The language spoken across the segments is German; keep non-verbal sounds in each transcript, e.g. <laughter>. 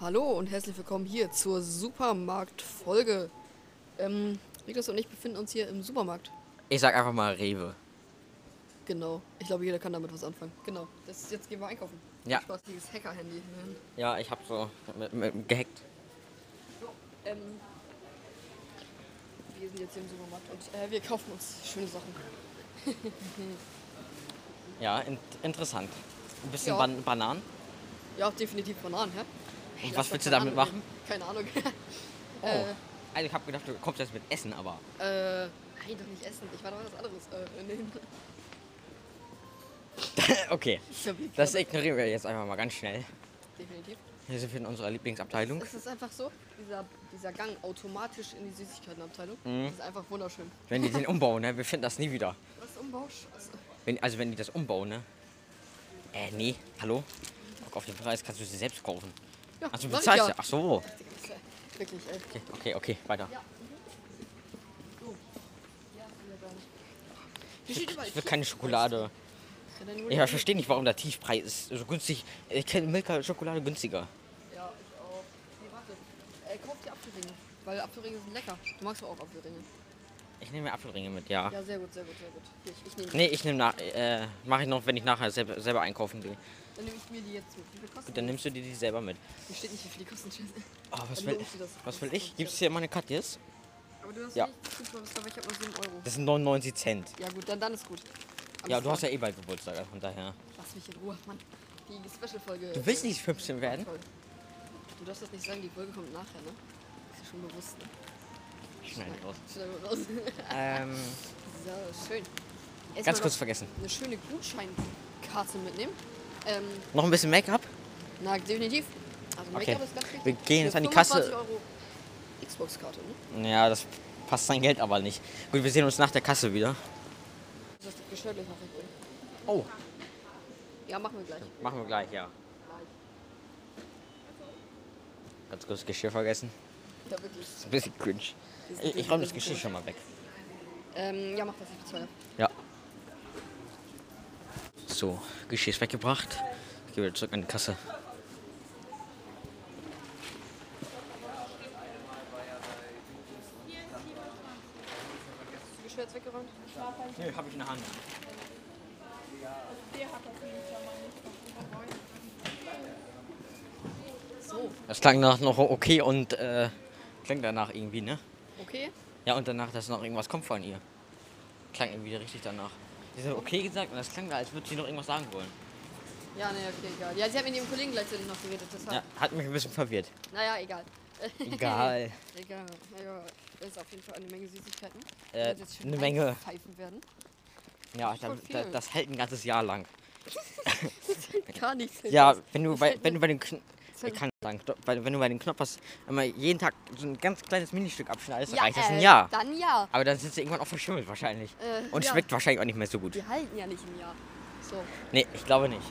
Hallo und herzlich willkommen hier zur Supermarktfolge. Ähm, Niklas und ich befinden uns hier im Supermarkt. Ich sag einfach mal Rewe. Genau. Ich glaube, jeder kann damit was anfangen. Genau. Das, jetzt gehen wir einkaufen. Ja. Viel Spaß, dieses Hacker-Handy. Mhm. Ja, ich hab so mit, mit, gehackt. Ähm, wir sind jetzt hier im Supermarkt und äh, wir kaufen uns schöne Sachen. Ja, in, interessant. Ein bisschen Ja. Ban Bananen. Ja, definitiv Bananen, hä? Und Lass was doch willst du Bananen damit machen? reden. Keine Ahnung. <laughs> Oh. Also ich hab gedacht, du kommst jetzt mit Essen, aber. äh, nein, doch nicht essen. Ich war doch was anderes. Äh, nee. äh, okay. Ich hab mich Das ignorieren wir jetzt einfach mal ganz schnell. Definitiv. Hier sind wir in unserer Lieblingsabteilung. Es ist einfach so, dieser, dieser Gang automatisch in die Süßigkeitenabteilung. Mhm. Das ist einfach wunderschön. Wenn die den umbauen, ne? Wir finden das nie wieder. Was <laughs> Umbauscheiße. Wenn, also wenn die das umbauen, ne? Äh, nee. Hallo? Guck auf den Preis, kannst du sie selbst kaufen. Ja, Ach, du sag ich bezahlst ja. ja. Ach so. Wirklich, ey. Okay, okay, okay, weiter. Hier steht überall Ich will keine Schokolade. Tiefpreis. Ja, ich verstehe nicht, warum der Tiefpreis ist so günstig. Ich kenne Milka Schokolade günstiger. Ja, ich auch. Nee, warte. Äh, kauf dir Apfelringe. Weil Apfelringe sind lecker. Du magst doch auch Apfelringe. Ich nehme mir Apfelringe mit, ja. Ja, sehr gut, sehr gut, sehr gut. Hier, ich, ich nehme Nee, ich nehme nach. Äh, Mache ich noch, wenn ich nachher selber, selber einkaufen gehe. Dann nehme ich mir die jetzt mit. Wie viel kosten Gut, dann nimmst du dir die selber mit. die? Hier steht nicht, wie viel die kosten. <laughs> Scheiße. Oh, was Dann will, nimmst du das. was will ich? Gibt es hier immer eine Karte jetzt? Aber du hast Ja. nicht gut, aber ich habe nur 7 Euro. Das sind 99 Cent. Ja gut, dann, dann ist gut. Aber Ja, du hast ja... ja eh bald Geburtstag, also von daher. Lass mich in Ruhe, Mann. Die Special-Folge... Du willst nicht 15 werden? Toll. Du darfst das nicht sagen, die Folge kommt nachher, ne? Ist dir schon bewusst, ne? Schnell raus. Schnell raus. <laughs> Ähm, so, schön. Erstmal ganz kurz noch vergessen. Eine schöne Gutscheinkarte mitnehmen. Ähm, Noch ein bisschen Make-up? na, definitiv. Also Okay. Make-up ist ganz wichtig. Wir gehen jetzt Für an die Kasse. 25 Euro Xbox-Karte, ne? Ja, das passt sein Geld aber nicht. Gut, wir sehen uns nach der Kasse wieder. Das ist das Geschirr gleich noch nicht bringen. Oh, Ja, machen wir gleich. machen wir gleich, ja. Ganz kurz Geschirr vergessen. Ja, wirklich. Ist ein bisschen cringe. Ich, ich räume das Geschirr schon mal weg. Ähm, ja, mach das, ich bezahle. Ja. So, Geschirr ist weggebracht. Ich gehe wieder zurück an die Kasse. Hast du Geschirr jetzt weggeräumt? Nee, habe ich in der Hand. So, Das klang nach noch okay und äh, klang danach irgendwie, ne? okay. Ja, und danach, dass noch irgendwas kommt von ihr. Klang irgendwie richtig danach. Sie hat okay gesagt und das klang, als würde sie noch irgendwas sagen wollen. Ja, nee, okay, egal. Ja, sie hat mit ihrem Kollegen gleichzeitig noch geredet, deshalb. Ja, hat mich ein bisschen verwirrt. <laughs> Naja, egal. Egal. Egal, egal. Das ist auf jeden Fall eine Menge Süßigkeiten. die Äh, uns jetzt schön eine Menge. Pfeifen werden. Ja, Voll da, da, viel. das hält ein ganzes Jahr lang. Gar nichts. Ja, wenn du bei, wenn du bei den Kn ich kann nicht sagen, Knop- bei- wenn du bei den Knoppers immer jeden Tag so ein ganz kleines Ministück abschneidest, dann reicht das ein äh, Jahr. Dann ja. Aber dann sind sie irgendwann auch verschimmelt wahrscheinlich. Äh, und ja. schmeckt wahrscheinlich auch nicht mehr so gut. Die halten ja nicht im Jahr. So. Nee, ich glaube nicht.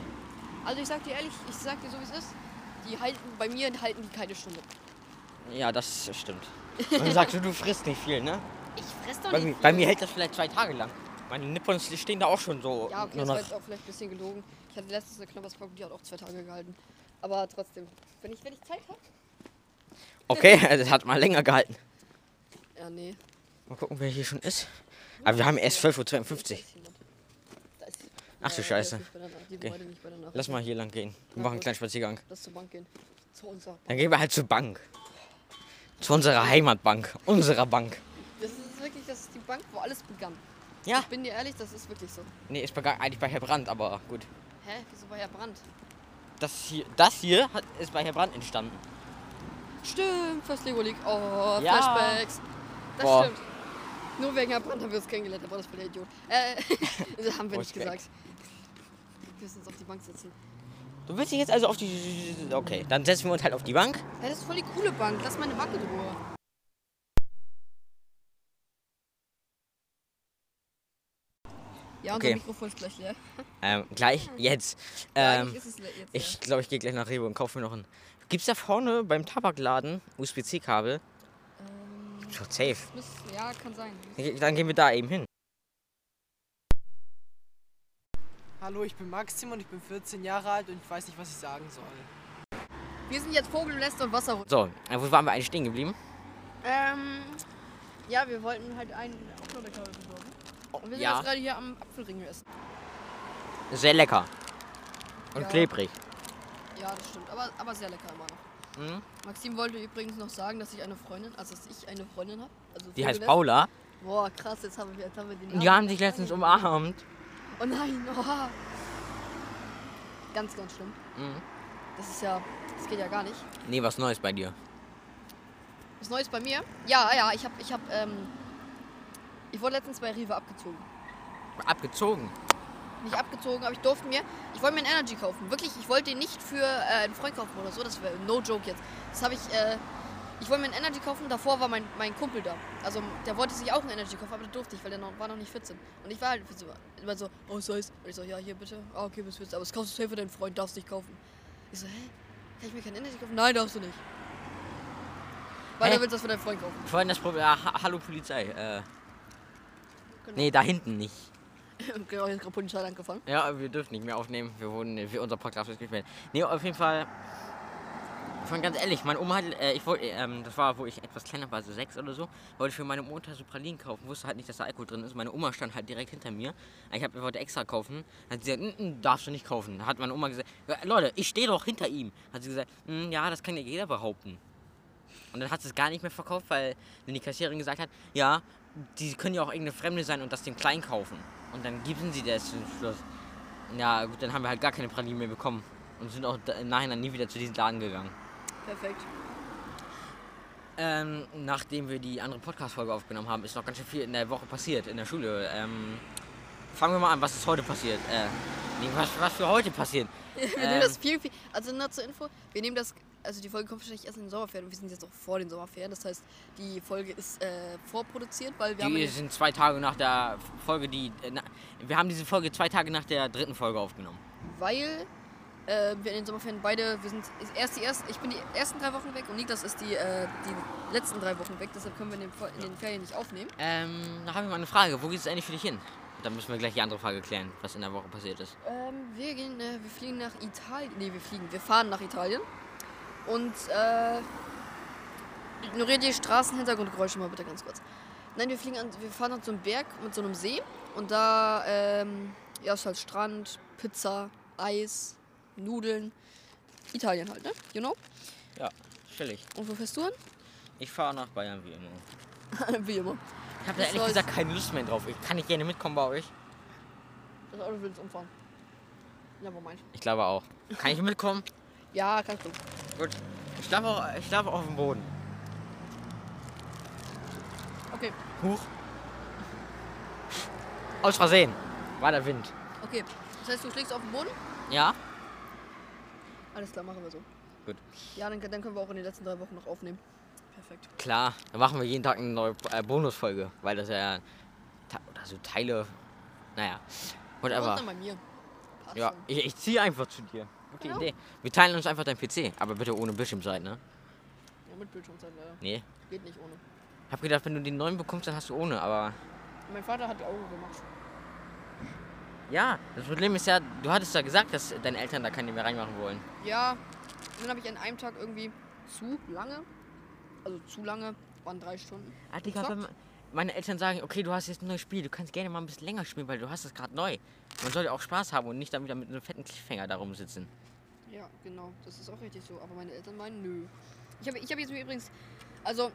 Also ich sag dir ehrlich, ich sag dir so wie es ist. Die halten, bei mir halten die keine Stunde. Ja, das stimmt. Und du sagst, du, du frisst nicht viel, ne? Ich fress doch Bei, mir- nicht. bei viel. mir hält das vielleicht zwei Tage lang. Meine Nippons die stehen da auch schon so. Ja, okay, nur das noch. war jetzt auch vielleicht ein bisschen gelogen. Ich hatte letztens eine Knopperspackung, die hat auch zwei Tage gehalten. Aber trotzdem, wenn ich, wenn ich Zeit habe. okay also es hat mal länger gehalten. Ja, nee. Mal gucken, wer hier schon ist. Aber wir haben erst 12.52 Uhr. Da ist sie. Ach du Ja, Scheiße. Die ist nicht bei der Nacht. Die Okay. Leute nicht bei der Nacht. Lass mal hier lang gehen. Wir machen einen kleinen Spaziergang. Lass zur Bank gehen. Zu unserer Bank. Dann gehen wir halt zur Bank. Zu unserer Heimatbank. Unserer Bank. Das ist wirklich, das ist die Bank, wo alles begann. Ja. Ich bin dir ehrlich, das ist wirklich so. Nee, ist bei, gar- eigentlich bei Herr Brandt, aber gut. Hä? Wieso war Herr Brandt? Das hier, das hier hat, ist bei Herr Brandt entstanden. Stimmt, First Lego League. Oh, Ja. Flashbacks. Das Boah. stimmt. Nur wegen Herr Brandt haben wir uns kennengelernt, aber das war der Idiot. Äh, <laughs> das haben wir nicht Flashback. gesagt. Wir müssen uns auf die Bank setzen. Du willst dich jetzt also auf die. Okay, dann setzen wir uns halt auf die Bank. Hä, das ist voll die coole Bank. Lass meine Bank in Ruhe. Ja, unser Okay. Mikrofon ist gleich leer. Ähm, gleich jetzt. Ja, Ähm, eigentlich ist es le- jetzt ich glaube, ich gehe gleich nach Rewe und kaufe mir noch einen. Gibt's da vorne beim Tabakladen leer. USB-C-Kabel? Ähm, Schon safe. müsst- ja, kann sein. Dann gehen wir da eben hin. Hallo, ich bin Maxim und ich bin 14 Jahre alt und ich weiß nicht, was ich sagen soll. Wir sind jetzt Vogel, Nest und Wasser. So, äh, wo waren wir eigentlich stehen geblieben? Ähm, ja, wir wollten halt einen auch noch lecker besorgen. Und wir sind ja. jetzt gerade hier am Apfelringel essen. Sehr lecker. Und Ja. klebrig. Ja, das stimmt, aber, aber sehr lecker immer noch. Mhm. Maxim wollte übrigens noch sagen, dass ich eine Freundin, also dass ich eine Freundin habe. Also Die heißt Vogelnest. Paula. Boah, krass, jetzt haben wir, jetzt haben wir den Und die haben sich letztens um- umarmt. Oh nein, <laughs> oha. Ganz, ganz schlimm. Mhm. Das ist ja, das geht ja gar nicht. Nee, was Neues bei dir. Was Neues bei mir? Ja, ja, ich hab, ich hab, ähm, ich wurde letztens bei Rewe abgezogen. Abgezogen. Nicht abgezogen, aber ich durfte mir, ich wollte mir einen Energy kaufen. Wirklich, ich wollte den nicht für äh, einen Freund kaufen oder so, das wäre no joke jetzt. Das habe ich, äh, ich wollte mir einen Energy kaufen, davor war mein, mein Kumpel da. Also der wollte sich auch einen Energy kaufen, aber der durfte nicht, weil der noch, war noch nicht 14. Und ich war halt so- immer so, oh, soll ich's? Und ich so, ja, hier bitte. Ah, okay, bis 14. Aber das kaufst du safe für deinen Freund, darfst nicht kaufen. Ich so, hä? Kann ich mir keinen Energy kaufen? Nein, darfst du nicht. Weil Hä? du willst das für deinen Freund kaufen. <laughs> Vorhin das Problem. Ah, ha Hallo Polizei. Äh, Genau. nee, da hinten nicht. genau, jetzt gerade Polizei angefangen. Ja, wir dürfen nicht mehr aufnehmen. Wir wurden, wir, unser Podcast ist gesperrt. Nee, auf jeden Fall. Von ganz ehrlich, meine Oma hat, äh, ich wollte, ähm, das war, wo ich etwas kleiner war, so sechs oder so, wollte für meine Mutter so Pralinen kaufen, wusste halt nicht, dass da Alkohol drin ist. Meine Oma stand halt direkt hinter mir. Ich hab, wollte extra kaufen. Hat sie gesagt, "Mm, mm, darfst du nicht kaufen. Dann Hat meine Oma gesagt, "Ja, Leute, ich stehe doch hinter ihm. Hat sie gesagt, "Mm, ja, das kann ja jeder behaupten. Und dann hat sie es gar nicht mehr verkauft, weil dann die Kassiererin gesagt hat, ja, die können ja auch irgendeine Fremde sein und das den klein kaufen. Und dann geben sie das zum Schluss. Ja, gut, dann haben wir halt gar keine Pralinen mehr bekommen. Und sind auch da- im Nachhinein nie wieder zu diesem Laden gegangen. Perfekt. Ähm, nachdem wir die andere Podcast-Folge aufgenommen haben, ist noch ganz schön viel in der Woche passiert, in der Schule. Ähm, fangen wir mal an, was ist heute passiert? Äh, nee, was, was für heute passiert? Wir Ähm. nehmen das viel, viel. Also nur zur Info, wir nehmen das. Also die Folge kommt wahrscheinlich erst in den Sommerferien und wir sind jetzt auch vor den Sommerferien. Das heißt, die Folge ist äh, vorproduziert, weil wir haben. Die ja- sind zwei Tage nach der Folge, die. äh, Na, wir haben diese Folge zwei Tage nach der dritten Folge aufgenommen. Weil äh, wir in den Sommerferien beide. Wir sind ist erst die ersten. Ich bin die ersten drei Wochen weg und Niklas ist die, äh, die letzten drei Wochen weg. Deshalb können wir in den, Fe- in den Ferien nicht aufnehmen. Ähm, da habe ich mal eine Frage. Wo geht es eigentlich für dich hin? Dann müssen wir gleich die andere Frage klären, was in der Woche passiert ist. Ähm, wir gehen. Äh, wir fliegen nach Italien. Nee, wir fliegen. Wir fahren nach Italien. Und äh, ignoriert die Straßenhintergrundgeräusche mal bitte ganz kurz. Nein, wir fliegen an, wir fahren an so einem Berg mit so einem See und da ähm, ja, ist halt Strand, Pizza, Eis, Nudeln. Italien halt, ne? You know? Ja, chillig. Und wo fährst du Ich fahre nach Bayern wie immer. hin? <laughs> Wie immer. Ich habe Was da ehrlich soll's? gesagt keine Lust mehr drauf. Ich kann nicht gerne mitkommen bei euch. Das Auto will uns umfahren. Ja, Moment. Ich glaube auch. Kann ich mitkommen? Ja, kannst du. Gut. Ich schlafe auch, ich schlafe auf dem Boden. Okay, Huch. Aus Versehen. War der Wind. okay. Das heißt, du schlägst auf den Boden? Ja? Alles klar, machen wir so. Gut. Ja, dann, dann können wir auch in den letzten drei Wochen noch aufnehmen. Perfekt. Klar. Dann machen wir jeden Tag eine neue äh, Bonusfolge. Weil das ja. Ta oder so Teile. Naja. Und Whatever. dann bei mir. Passt Ja, schon. ich, ich ziehe einfach zu dir. Gute Ja. Idee. Wir teilen uns einfach dein PC. Aber bitte ohne Bildschirmseite, ne? Ja, mit Bildschirmzeit leider. Nee. Geht nicht ohne. Ich hab gedacht, wenn du den neuen bekommst, dann hast du ohne. Aber. Mein Vater hat die Augen gemacht. Ja, das Problem ist ja, du hattest ja gesagt, dass deine Eltern da keine mehr reinmachen wollen. Ja, dann habe ich an einem Tag irgendwie zu lange, also zu lange, waren drei Stunden. Ah, Digga, Gezockt. wenn man- meine Eltern sagen, okay, du hast jetzt ein neues Spiel, du kannst gerne mal ein bisschen länger spielen, weil du hast es gerade neu. Man sollte auch Spaß haben und nicht dann wieder mit einem fetten Cliffhanger da rumsitzen. Ja, genau, das ist auch richtig so. Aber meine Eltern meinen, nö. Ich habe ich hab jetzt übrigens, also,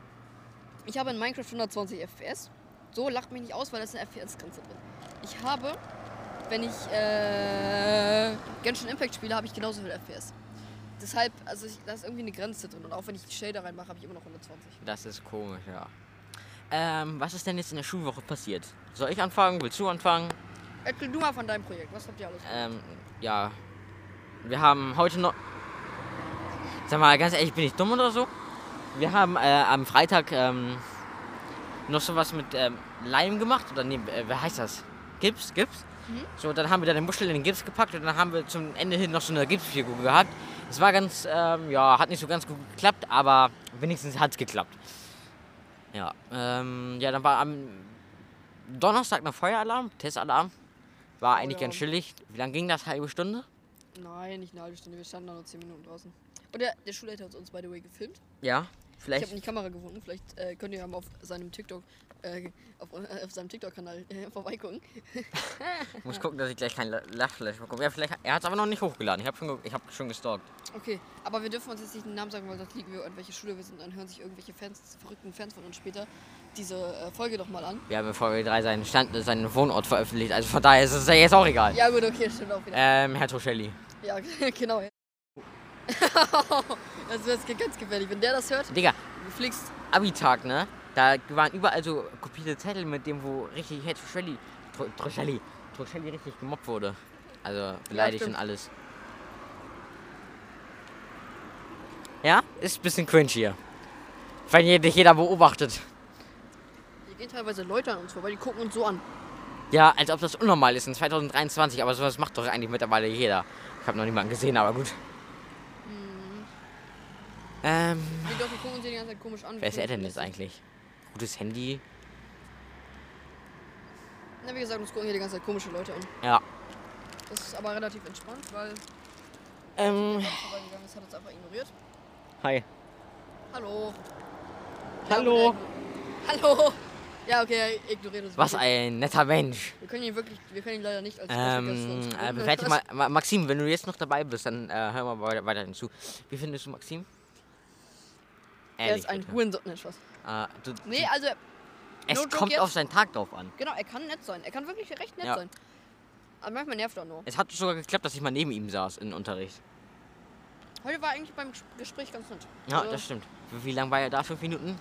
ich habe in Minecraft 120 FPS. So lacht mich nicht aus, weil da ist eine FPS-Grenze drin. Ich habe, wenn ich äh, Genshin Impact spiele, habe ich genauso viel FPS. Deshalb, also ich, da ist irgendwie eine Grenze drin. Und auch wenn ich die Shader reinmache, habe ich immer noch 120. Das ist komisch, ja. Ähm, was ist denn jetzt in der Schulwoche passiert? Soll ich anfangen? Willst du anfangen? Erzähl du mal von deinem Projekt. Was habt ihr alles? Ähm, ja. Wir haben heute noch. Sag mal, ganz ehrlich, bin ich dumm oder so? Wir haben äh, am Freitag ähm, noch sowas mit ähm, Leim gemacht. Oder nee, äh, wie heißt das? Gips? Gips? So, dann haben wir dann eine Muschel in den Gips gepackt und dann haben wir zum Ende hin noch so eine Gipsfigur gehabt. Es war ganz, ähm, ja, hat nicht so ganz gut geklappt, aber wenigstens hat es geklappt. Ja, ähm, ja, dann war am Donnerstag noch Feueralarm, Testalarm. War eigentlich ja. ganz chillig. Wie lange ging das? Halbe Stunde? Nein, nicht eine halbe Stunde. Wir standen da nur 10 Minuten draußen. Und der, der Schulleiter hat uns, by the way, gefilmt. Ja, Ich vielleicht. habe eine Kamera gefunden. Vielleicht äh, könnt ihr ja mal auf seinem TikTok, äh, auf, äh, auf seinem TikTok-Kanal äh, <laughs> vorbeigucken. Ich muss gucken, dass ich gleich kein La- Lachflash bekomme. Ja, vielleicht. Er hat es aber noch nicht hochgeladen. Ich habe schon, ge- ich hab schon gestalkt. Okay, aber wir dürfen uns jetzt nicht den Namen sagen, weil sonst liegen wir an welche Schule wir sind. Dann hören sich irgendwelche Fans, verrückten Fans von uns später diese äh, Folge doch mal an. Wir haben in Folge 3 seinen, Stand, seinen Wohnort veröffentlicht. Also von daher ist es ja jetzt auch egal. Ja, gut, okay, stimmt auch wieder. Ähm, Herr Toschelli. Ja, <laughs> genau. das wäre jetzt ganz gefährlich. Wenn der das hört, Digga, du fliegst. Abi-Tag, ne? Da waren überall so kopierte Zettel mit dem, wo richtig Herr Toschelli. Tro- Troschelli. Troschelli richtig gemobbt wurde. Also beleidigt und stimmt. alles. Ja, ist ein bisschen cringe hier. Wenn hier dich jeder beobachtet. Hier gehen teilweise Leute an uns vorbei, die gucken uns so an. Ja, als ob das unnormal ist in 2023, aber sowas macht doch eigentlich mittlerweile jeder. Ich habe noch niemanden gesehen, aber gut. Ähm, Nee, doch, die gucken uns hier die ganze Zeit komisch an. wer ist er denn jetzt eigentlich? Gutes Handy? Na, wie gesagt, uns gucken hier die ganze Zeit komische Leute an. Ja. Das ist aber relativ entspannt, weil Ähm, vorbeigegangen ist, hat uns einfach ignoriert. hi. Hallo. Ja, Hallo. und er igno- Hallo. Ja, okay, er ignoriert uns. Was wirklich. ein netter Mensch. Wir können ihn wirklich, wir können ihn leider nicht als Ähm, äh, bewerte mal, Ma- Maxim, wenn du jetzt noch dabei bist, dann äh, hör mal weiter, weiterhin zu. Wie findest du Maxim? Er ist ein bitte. Hurensohn. Nee, Spaß. Äh, du, Nee, also, es no joke kommt jetzt. auf seinen Tag drauf an. genau, er kann nett sein. Er kann wirklich recht nett Ja. sein. Aber manchmal nervt er nur. Es hat sogar geklappt, dass ich mal neben ihm saß im Unterricht. Heute war eigentlich beim Ges- Gespräch ganz nett. Ja, Also, das stimmt. Wie lange war er da? Fünf Minuten?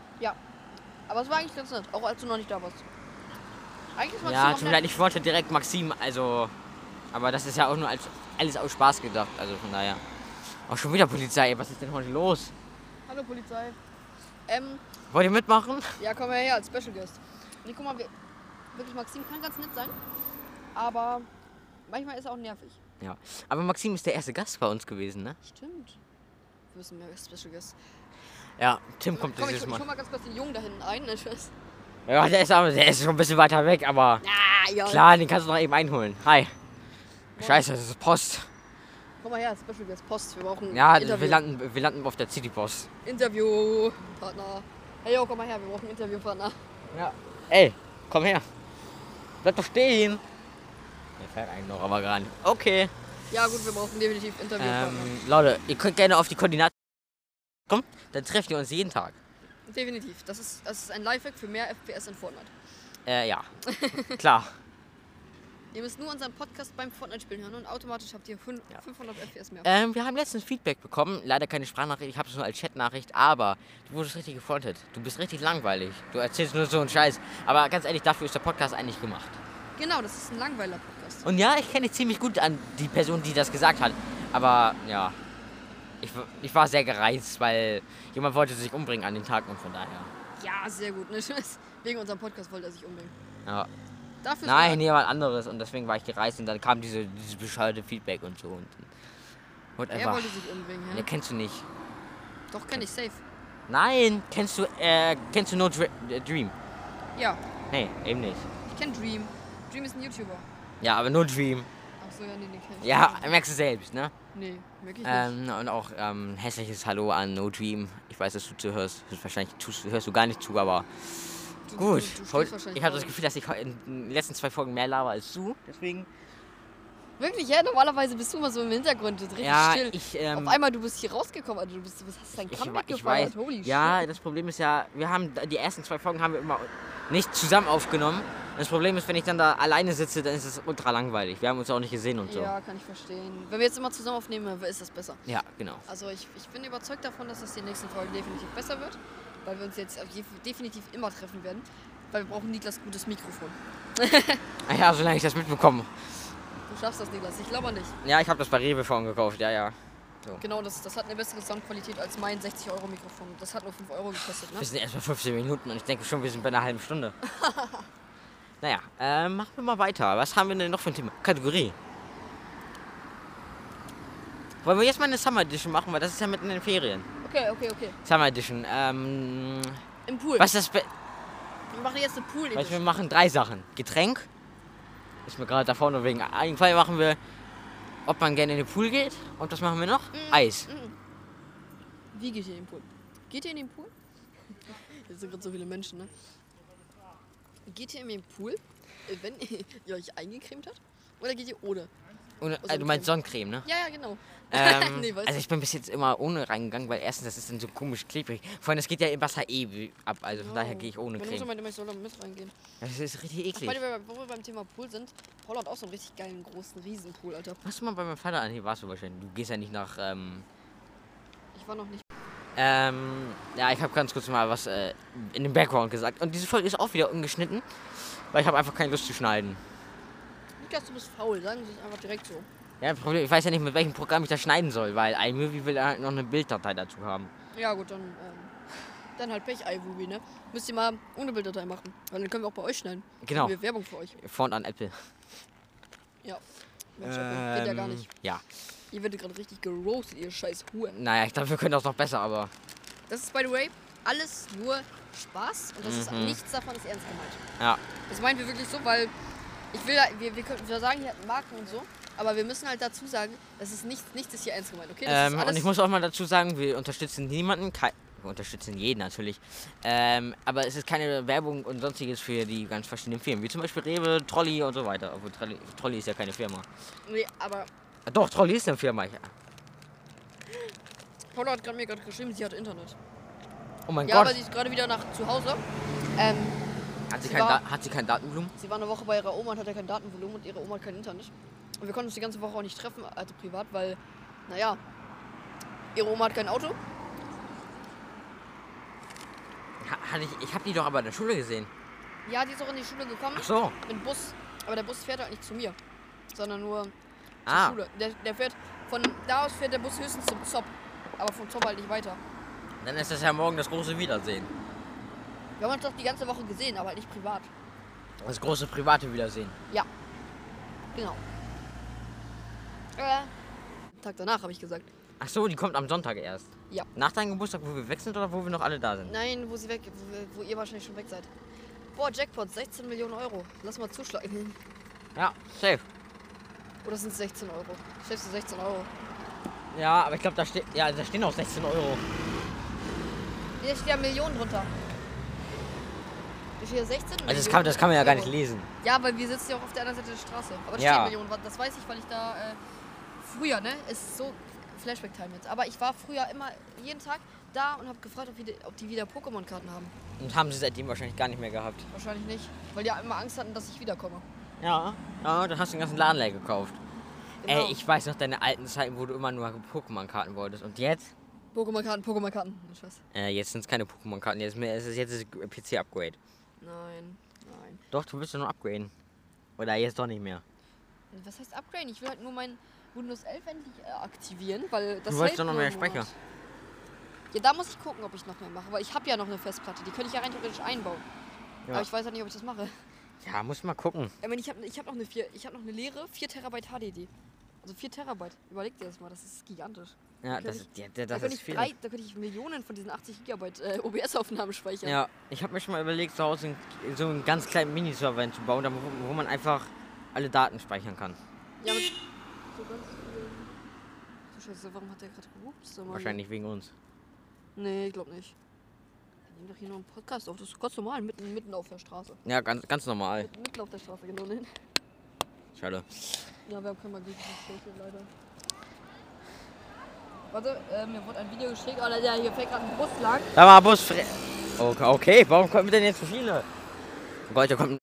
Aber es war eigentlich ganz nett, auch als du noch nicht da warst. Eigentlich ist man ja, noch tut mir nett. leid, ich wollte direkt Maxim, also. Aber das ist ja auch nur als alles aus Spaß gedacht, also von daher. Auch schon wieder Polizei, was ist denn heute los? Hallo Polizei. Ähm, Wollt ihr mitmachen? ja, komm mal her als Special Guest. Nee, guck mal, wir, wirklich, Maxim kann ganz nett sein. Aber manchmal ist er auch nervig. Ja. Aber Maxim ist der erste Gast bei uns gewesen, ne? Stimmt. Wir müssen mehr Special Guests. Ja, Tim kommt Komm, ich, dieses ich Mal. hol mal ganz kurz den Jungen da hinten ein. Ne, Spaß. Ja, der ist, aber, der ist schon ein bisschen weiter weg, aber. ah, ja. Klar, den kannst du noch eben einholen. Hi. Scheiße, das ist Post. Komm mal her, Special Guest Post. Wir brauchen Ja, Interview. wir landen, wir landen auf der City Post. Interviewpartner. Hey, yo, komm mal her, wir brauchen einen Interviewpartner. Ja. Ey, komm her. Bleib doch stehen. Der fährt eigentlich noch, aber gar nicht. Okay. Ja, gut, wir brauchen definitiv Interviewpartner. Ähm, Leute, ihr könnt gerne auf die Koordinaten kommen, dann trefft ihr uns jeden Tag. Definitiv. Das ist, das ist ein Lifehack für mehr FPS in Fortnite. <laughs> Äh, ja. Klar. Ihr müsst nur unseren Podcast beim Fortnite-Spielen hören und automatisch habt ihr fün- Ja. 500 FPS mehr. Ähm, wir haben letztens Feedback bekommen, leider keine Sprachnachricht, ich habe es nur als Chatnachricht, aber du wurdest richtig gefrontet. Du bist richtig langweilig. Du erzählst nur so einen Scheiß. Aber ganz ehrlich, dafür ist der Podcast eigentlich gemacht. Genau, das ist ein langweiler Podcast. Und ja, ich kenne dich ziemlich gut an die Person, die das gesagt hat. Aber ja, ich, w- ich war sehr gereizt, weil jemand wollte sich umbringen an den Tag und von daher. Ja, sehr gut. <laughs> Ne? Wegen unserem Podcast wollte er sich umbringen. Ja. Dafür Nein, ist jemand anderes und deswegen war ich gereist und dann kam diese, dieses bescheuerte Feedback und so und, er, und er einfach. wollte sich umbringen. Ja, Ja? kennst du nicht. Doch, kenne ich safe. Nein, kennst du, äh, kennst du No Dr äh, Dream? Ja, Nee, eben nicht. ich kenne Dream. Dream ist ein YouTuber. Ja, aber No Dream. Achso, ja, nee, nee, kenn ich Ja, nicht. merkst du selbst, ne? Nee, wirklich nicht. Ähm, und auch ähm, hässliches Hallo an No Dream. Ich weiß, dass du zuhörst. Wahrscheinlich tust, hörst du gar nicht zu, aber Du- Gut, du- du stehst heute, wahrscheinlich ich habe das drauf. Gefühl, dass ich heu- in den letzten zwei Folgen mehr laber als du. Deswegen. Wirklich, ja, normalerweise bist du immer so im Hintergrund, du bist richtig Ja, still. ich. Ähm, Auf einmal, du bist hier rausgekommen, also du bist, du bist- hast dein ich, Comeback ich gefeiert, weiß. holy Ja, shit. das Problem ist ja, wir haben die ersten zwei Folgen haben wir immer nicht zusammen aufgenommen. Das Problem ist, wenn ich dann da alleine sitze, dann ist es ultra langweilig. Wir haben uns auch nicht gesehen und so. Ja, Ja, kann ich verstehen. Wenn wir jetzt immer zusammen aufnehmen, ist das besser. genau. Also ich, ich bin überzeugt davon, dass das die nächsten Folgen definitiv besser wird, weil wir uns jetzt auf je- definitiv immer treffen werden, weil wir brauchen Niklas gutes Mikrofon. Ah ja, solange ich das mitbekomme. Du schaffst das, Niklas, ich glaube nicht. Ja, ich habe das bei Rewe vorhin gekauft. Ja, ja. Genau, das, das hat eine bessere Soundqualität als mein 60-Euro-Mikrofon. Das hat nur 5 Euro gekostet, ne? Wir sind erst bei 15 Minuten und ich denke schon, wir sind bei einer halben Stunde. naja, äh, machen wir mal weiter. Was haben wir denn noch für ein Thema? Kategorie. Wollen wir jetzt mal eine Summer Edition machen, weil das ist ja mitten in den Ferien. Okay, okay, okay. Summer Edition. Ähm, Im Pool. was ist das? Be Wir machen jetzt eine pool weißt, du, wir edition machen drei Sachen. Getränk. Ist mir gerade da vorne wegen eingefallen. Machen wir ob man gerne in den Pool geht. Und was machen wir noch? Eis. Wie geht ihr in den Pool? Geht ihr in den Pool? <laughs> Jetzt sind gerade so viele Menschen, ne? Geht ihr in den Pool, äh, wenn <laughs> ihr euch eingecremt habt? Oder geht ihr ohne? Und, äh, du meinst Sonnencreme, ne? Ja, ja, genau. <laughs> Ähm, Nee, weiß also ich bin bis jetzt immer ohne reingegangen, weil erstens, das ist dann so komisch klebrig. Vor allem, das geht ja im Wasser eh wie- ab, also von daher gehe ich ohne Meine Mutter Creme. meinte, immer, ich soll da mit reingehen. Das ist richtig Ach, meine, eklig. wo wir beim Thema Pool sind, Paul hat auch so einen richtig geilen, großen Riesenpool, Alter. Warst du mal bei meinem Vater an? Hier warst du wahrscheinlich. Du gehst ja nicht nach, ähm... Ich war noch nicht. Ähm, ja, ich habe ganz kurz mal was äh, in den Background gesagt. Und diese Folge ist auch wieder ungeschnitten, weil ich habe einfach keine Lust zu schneiden. Lukas, du bist faul, sagen sie es einfach direkt so. Ja, Problem, ich weiß ja nicht, mit welchem Programm ich das schneiden soll, weil iMovie will halt noch eine Bilddatei dazu haben. Ja, gut, dann, ähm, dann halt Pech, Iwubi, ne? Müsst ihr mal ohne Bilddatei machen, weil dann können wir auch bei euch schneiden. Genau. Wir Werbung für euch. Font an Apple. Ja. Mensch, Apple, geht ja gar Ähm, nicht. Ja. Ihr werdet gerade richtig gerostet, ihr scheiß Huren. Naja, ich glaube, wir können das noch besser, aber. Das ist, by the way, alles nur Spaß und das ist Mhm. nichts davon ist ernst gemeint. Ja. Das meinen wir wirklich so, weil ich will, ja- wir, wir, können, wir sagen hier Marken und so, aber wir müssen halt dazu sagen, das ist nichts, nichts ist hier ernst gemeint, okay? Das Ähm, ist und alles, ich muss auch mal dazu sagen, wir unterstützen niemanden. kei- Wir unterstützen jeden natürlich. Ähm, aber es ist keine Werbung und sonstiges für die ganz verschiedenen Firmen. Wie zum Beispiel Rewe, Trolley und so weiter. Obwohl Trolley, Trolley ist ja keine Firma. nee, aber Ah, Doch, Trolley ist eine Firma. Ich- Paula hat grad mir gerade geschrieben, sie hat Internet. Oh mein ja, Gott. aber sie ist gerade wieder nach zu Hause. Ähm, Hat sie, Sie kein war- da hat sie keinen Datenblumen? sie war eine Woche bei ihrer Oma und hatte kein Datenvolumen und ihre Oma hat kein Internet. Und wir konnten uns die ganze Woche auch nicht treffen, also privat, weil, naja, ihre Oma hat kein Auto. Ha hatte ich ich habe die doch aber in der Schule gesehen. Ja, die ist auch in die Schule gekommen Ach so. mit Bus. Aber der Bus fährt halt nicht zu mir, sondern nur zur Ah. Schule. Der, der fährt, von da aus fährt der Bus höchstens zum Zop. Aber vom Zop halt nicht weiter. Dann ist das ja morgen das große Wiedersehen. Wir haben uns doch die ganze Woche gesehen, aber halt nicht privat. Das große private Wiedersehen. Genau. Äh, Tag danach habe ich gesagt. Ach so, die kommt am Sonntag erst. Ja. Nach deinem Geburtstag, wo wir weg sind oder wo wir noch alle da sind? Nein, wo sie weg, wo, wo ihr wahrscheinlich schon weg seid. Boah, Jackpot, 16 Millionen Euro. Lass mal zuschlagen. Ja, safe. Oder sind es 16 Euro? Schätze 16 Euro. Ja, aber ich glaube, da, steht ja, da stehen auch 16 Euro. Hier steht ja Millionen drunter. Hier steht ja 16 Also das kann, das kann man ja gar nicht Euro. lesen. Ja, weil wir sitzen ja auch auf der anderen Seite der Straße. Aber das Ja. steht Millionen, das weiß ich, weil ich da äh, früher, ne, ist so Flashback-Time jetzt. Aber ich war früher immer jeden Tag da und habe gefragt, ob die, ob die wieder Pokémon-Karten haben. Und haben sie seitdem wahrscheinlich gar nicht mehr gehabt. Wahrscheinlich nicht, weil die ja immer Angst hatten, dass ich wiederkomme. Ja. Ja, dann hast du den ganzen Laden leer gekauft. Genau. Ey, ich weiß noch deine alten Zeiten, wo du immer nur Pokémon-Karten wolltest. Und jetzt? Pokémon-Karten, Pokémon-Karten. Nein, Spaß. Äh, jetzt sind es keine Pokémon-Karten. Jetzt ist es jetzt ist es PC-Upgrade. Nein, nein. Doch, du willst ja nur upgraden. Oder jetzt doch nicht mehr. Was heißt upgraden? Ich will halt nur mein Windows 11 endlich äh, aktivieren, weil das Du wolltest hält doch noch nur mehr einen Monat. Speicher. Ja, da muss ich gucken, ob ich noch mehr mache, weil ich habe ja noch eine Festplatte, die könnte ich ja rein theoretisch einbauen. Ja. Aber ich weiß ja nicht, ob ich das mache. Ja, muss mal gucken. Ich meine, ich habe ich hab noch, eine vier- ich hab noch eine leere 4 Terabyte HDD. Also 4 Terabyte. Überleg dir das mal, das ist gigantisch. Ja, Könnte das, ich- ist- ja, ja, Da das könnte ist ich, viel. drei, da könnte ich Millionen von diesen 80 Gigabyte äh, OBS-Aufnahmen speichern. Ja, ich habe mir schon mal überlegt, zu Hause einen- so einen ganz kleinen Miniserver hinzubauen, da- wo, wo man einfach alle Daten speichern kann. Ja, mit so ganz vielen. So scheiße, warum hat der gerade gerupt? Sag mal. Wahrscheinlich wegen uns. Nee, ich glaube nicht. Wir nehmen doch hier noch einen Podcast auf. Das ist ganz normal, mitten, mitten auf der Straße. Ja, ganz, ganz normal. Mitten, mitten auf der Straße, genau. Ne? Schade. Ja, wir haben kein Magnet gestellt, leider. Warte, äh, mir wurde ein Video geschickt, Alter, der hier fährt gerade ein Bus lang. Da war Bus. fre- Okay, okay, warum kommen denn jetzt so viele? Oh Gott, da kommt ein.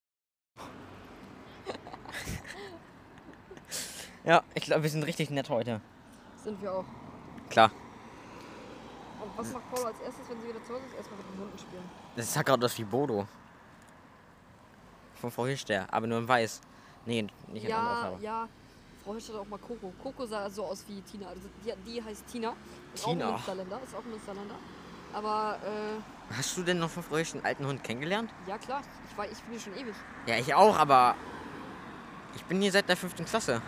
<laughs> ja, ich glaube, wir sind richtig nett heute. Sind wir auch. Klar. Und was macht Paul als erstes, wenn sie wieder zu Hause ist? Erstmal mit den Hunden spielen. Das sah gerade aus wie Bodo. Von Frau Hirschter, aber nur in weiß. Nee, nicht in ja, Augenfarbe. ja. Frau Hirsch hat auch mal Coco. Coco sah so aus wie Tina. Also die, die heißt Tina. Ist Auch Tina. ein Münsterländer, ist auch ein Münsterländer. Aber äh, Hast du denn noch von Frau Hirsch einen alten Hund kennengelernt? ja klar, ich, war, ich bin hier schon ewig. Ja, ich auch, aber ich bin hier seit der fünften Klasse.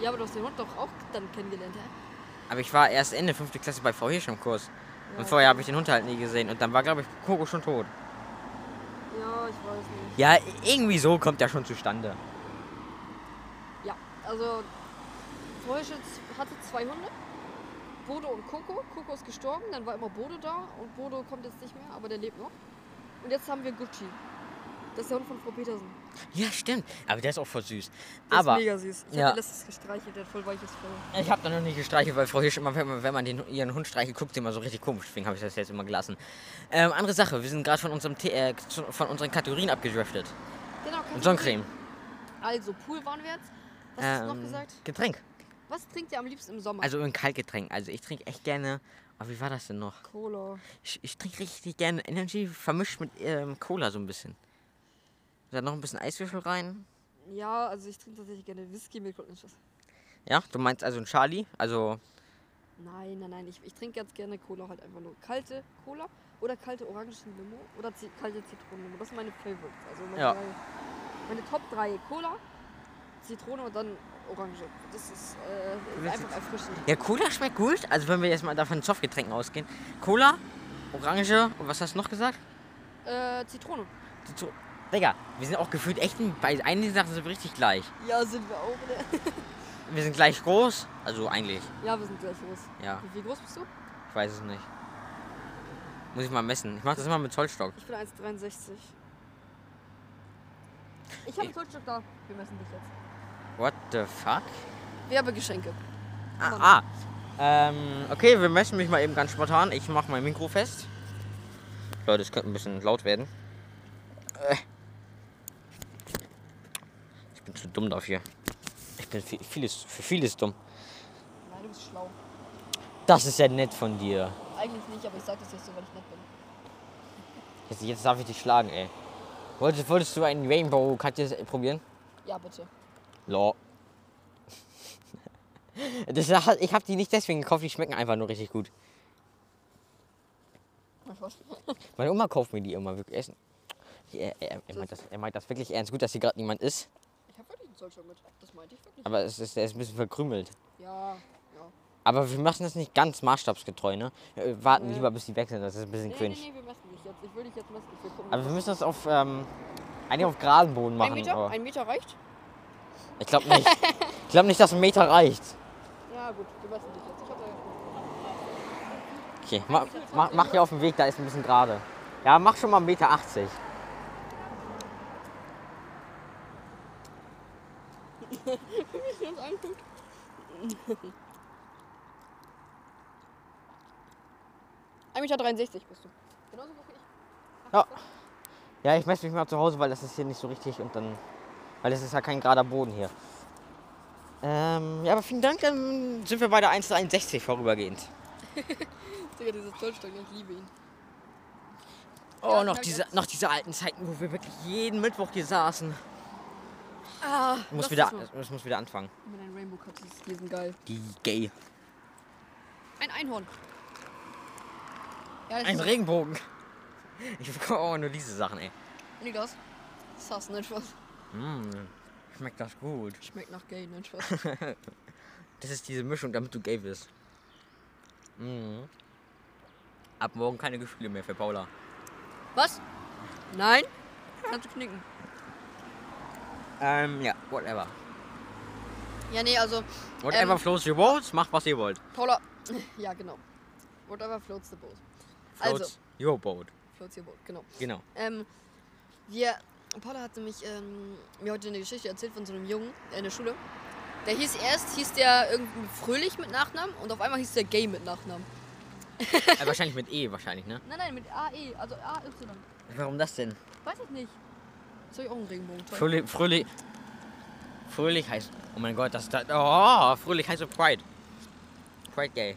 Ja, aber du hast den Hund doch auch dann kennengelernt, hä? Aber ich war erst Ende fünfte Klasse bei Frau Hirsch im Kurs. Ja, Und vorher habe ich den Hund halt nie gesehen. Und dann war, glaube ich, Coco schon tot. Ja, ich weiß nicht. Ja, irgendwie so kommt der schon zustande. Ja. Also, Frösche z- hatte zwei Hunde. Bodo und Coco. Coco ist gestorben, dann war immer Bodo da und Bodo kommt jetzt nicht mehr, aber der lebt noch. Und jetzt haben wir Gucci. Das ist der Hund von Frau Petersen. Ja, stimmt. Aber der ist auch voll süß. Der Aber ist mega süß. Ich ja. habe letztes gestreichelt, der hat voll weiches Fell. ich habe da noch nicht gestreichelt, weil Frau Hirsch immer, wenn man, wenn man den, ihren Hund streichelt, guckt sie immer so richtig komisch. Deswegen habe ich das jetzt immer gelassen. Ähm, andere Sache, wir sind gerade von, unserem Tee- äh, zu- von unseren Kategorien abgedriftet. Genau, Kaffee. Und Sonnencreme. Also, Pool waren wir jetzt. Was hast du noch Ähm, gesagt? Getränk. Was trinkt ihr am liebsten im Sommer? Also ein Kaltgetränk. Also ich trinke echt gerne. Aber wie war das denn noch? Cola. Ich, ich trinke richtig gerne Energy vermischt mit ähm, Cola so ein bisschen. Dann noch ein bisschen Eiswürfel rein. Ja, also ich trinke tatsächlich gerne Whisky mit Kohlenstoff. Ja, du meinst also ein Charlie? Also Nein, nein, nein. Ich, ich trinke ganz gerne Cola halt einfach nur. Kalte Cola oder kalte Orangenlimo oder zi kalte Zitronenlimo. Das sind meine Favorites. Also meine, Ja. drei, meine Top 3 Cola, Zitrone und dann Orange. Das ist äh, Das einfach ist- erfrischend. Ja, Cola schmeckt gut. Also wenn wir jetzt mal davon Softgetränken ausgehen. Cola, Orange und was hast du noch gesagt? Äh, Zitrone. Zitro- Digga, wir sind auch gefühlt echt ein- bei einigen Sachen sind wir richtig gleich. Ja, sind wir auch. Ne? Wir sind gleich groß. Also eigentlich, <laughs> Ja, wir sind gleich groß. ja. Wie, wie groß bist du? Ich weiß es nicht. Muss ich mal messen. Ich mache das immer mit Zollstock. Ich bin 1,63. Ich habe Ich- ein Zollstock da. Wir messen dich jetzt. What the fuck? Werbegeschenke. Ah, ah. Ähm, okay, wir messen mich mal eben ganz spontan. Ich mache mein Mikro fest. Leute, es könnte ein bisschen laut werden. Äh. Ich bin zu dumm dafür. Ich bin viel, vieles, für vieles dumm. Nein, du bist schlau. Das ist ja nett von dir. Eigentlich nicht, aber ich sag das jetzt so, weil ich nett bin. Jetzt, jetzt darf ich dich schlagen, ey. Wolltest, wolltest du einen Rainbow Katjes probieren? Ja, bitte. Lo. <laughs> Das, hat- ich habe die nicht deswegen gekauft, die schmecken einfach nur richtig gut. Mein Vorschlag. Meine Oma kauft mir die immer wirklich essen. Er, er, er, meint das, er meint das wirklich ernst. Gut, dass hier gerade niemand ist, Ich habe wirklich einen Zollstock mit. Das meinte ich wirklich. aber es ist, er ist ein bisschen verkrümelt. Ja, ja. Aber wir machen das nicht ganz maßstabsgetreu, ne? Äh, warten Nee. lieber, bis die weg sind, das ist ein bisschen Nee, nee, cringe. nee, wir messen dich jetzt. Ich will dich jetzt messen. Ich will gucken. Aber wir müssen das auf, ähm, eigentlich auf geraden Boden ein machen. Meter? aber Ein Meter reicht? ich <laughs> glaube nicht. ich glaube nicht, dass ein Meter reicht. Ja, gut. Wir messen dich jetzt. Ich hatte... Okay, ma, ma, mach hier auf dem Weg, da ist ein bisschen gerade. Ja, mach schon mal 1,80 Meter. 80. Ich bin uns anguckt. <laughs> Ein Meter 63 bist du. Genauso hoch wie ich. Ja, ich messe mich mal zu Hause, weil das ist hier nicht so richtig und dann. Weil das ist ja kein gerader Boden hier. Ähm, ja, aber vielen Dank, dann sind wir bei der 1,61 vorübergehend. Digga, dieses Zollstock, ich liebe ihn. Oh, Ja, noch, danke. diese, noch diese alten Zeiten, wo wir wirklich jeden Mittwoch hier saßen. Ah, Muss wieder, es muss wieder anfangen. Mit einem Rainbow Cut, das ist diesen geil. Die Gay. Ein Einhorn. Ja, das Ein ist- Regenbogen. Ich <laughs> bekomme auch nur diese Sachen, ey. Niklas. Sass, nicht Spaß. Mm, schmeckt das gut. Schmeckt nach Gay, nicht Spaß. Das ist diese Mischung, damit du gay bist. Mm. Ab morgen keine Gefühle mehr für Paula. Was? Nein? Kannst du knicken. Ähm, ja, whatever. Ja, nee, also, Whatever Ähm. flows your boat, macht was ihr wollt. Paula. <laughs> Ja, genau. Whatever floats the boat. Floats Also. your boat. Floats your boat, genau. Genau. <laughs> Ähm, wir. Paula hat nämlich ähm, mir heute eine Geschichte erzählt von so einem Jungen äh, in der Schule. Der hieß erst, hieß der irgendwie Fröhlich mit Nachnamen und auf einmal hieß der Gay mit Nachnamen. äh, wahrscheinlich mit E, wahrscheinlich, ne? Nein, nein, mit AE, also AY. Warum das denn? Weiß ich nicht. Jetzt hab ich auch einen Regenbogen. Toll. Fröhlich, fröhlich. Fröhlich heißt. Oh mein Gott, das das. Oh, fröhlich heißt so Pride. Pride Gay.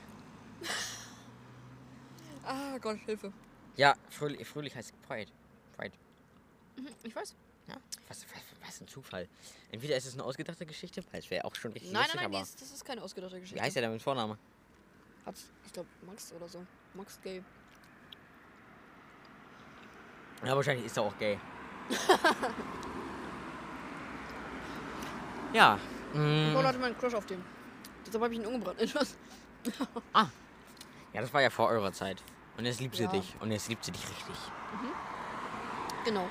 Ah, Gott, Hilfe. Ja, fröhlich, fröhlich heißt Pride. Pride. Mhm, Ich weiß. Ja? Was, was, was ein Zufall. Entweder ist es eine ausgedachte Geschichte, weil es wäre auch schon richtig Nein, lustig, nein, nein, die aber. ist, das ist keine ausgedachte Geschichte. wie heißt er denn mit Vorname? Hat, ich glaube, Max oder so. Max Gay. Ja, wahrscheinlich ist er <laughs> auch gay. ja. mm. Paula hatte mal einen Crush auf den. Deshalb habe ich ihn umgebracht. <laughs> Nein, Spaß. Ja, das war ja vor eurer Zeit. Und jetzt liebt sie Ja. dich. Und jetzt liebt sie dich richtig. genau.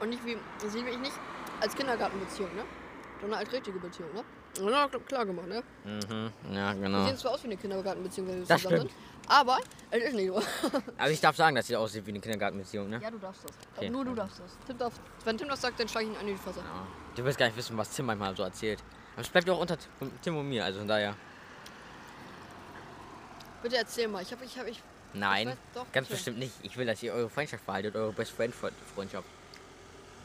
Und nicht wie, das sehen wir ich nicht als Kindergartenbeziehung, ne? Sondern als richtige Beziehung, ne? Na, klar- klar gemacht, ne? Mhm. Ja, Wir genau. sehen zwar aus wie eine Kindergartenbeziehung, wenn wir Das zusammen sind. Aber es ist nicht so. <laughs> Also ich darf sagen, dass sie aussieht wie eine Kindergartenbeziehung, ne? Ja, du darfst das. Aber Okay. Nur du darfst das. Tim darf, wenn Tim das sagt, dann schlage ich ihn an die Fresse. Ja. Ah. Du willst gar nicht wissen, was Tim manchmal so erzählt. Aber es bleibt ja auch unter Tim und mir, also von daher. Bitte erzähl mal. Ich habe, ich habe, ich. Nein, weiß doch, ganz Tim. bestimmt nicht. Ich will, dass ihr eure Freundschaft behaltet, eure Best Friend Fre- Freundschaft.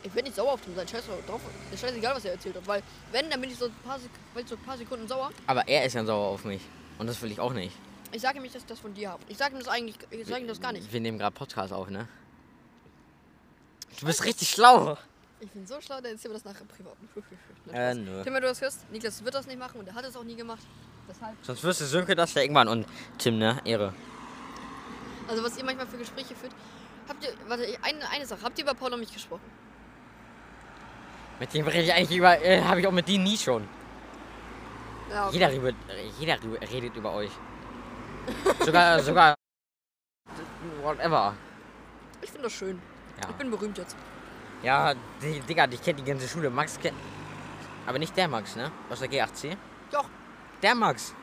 Ich bin nicht sauer auf Tim. Sein Scheiß drauf. Ist scheißegal, was er erzählt hat. Weil, wenn, dann bin ich so ein paar, Sek bin ich so ein paar Sekunden sauer. Aber er ist dann sauer auf mich. Und das will ich auch nicht. Ich sage ihm nicht, dass ich das von dir habe. Ich sage ihm das eigentlich, ich sage ihm das gar nicht. Wir nehmen gerade Podcast auf, ne? Du bist richtig schlau. Ich bin so schlau, dann erzählen wir das nachher privat. Äh, nö. Tim, wenn du das hörst, Niklas wird das nicht machen und er hat es auch nie gemacht. Deshalb. Sonst wüsste Sönke das ja irgendwann und Tim, ne? Ehre. Also was ihr manchmal für Gespräche führt. Habt ihr, warte, eine, eine Sache. Habt ihr über Paul und mich gesprochen? Mit dem rede ich eigentlich über. Äh, Habe ich auch mit denen nie schon. Ja, okay. Jeder, redet, jeder rüber- redet über euch. Sogar, sogar. Whatever. Ich finde das schön. Ja. Ich bin berühmt jetzt. Ja, die, Digga, dich kennt die ganze Schule. Max kennt. Aber nicht der Max, ne? Aus der G8C. Doch, Der Max.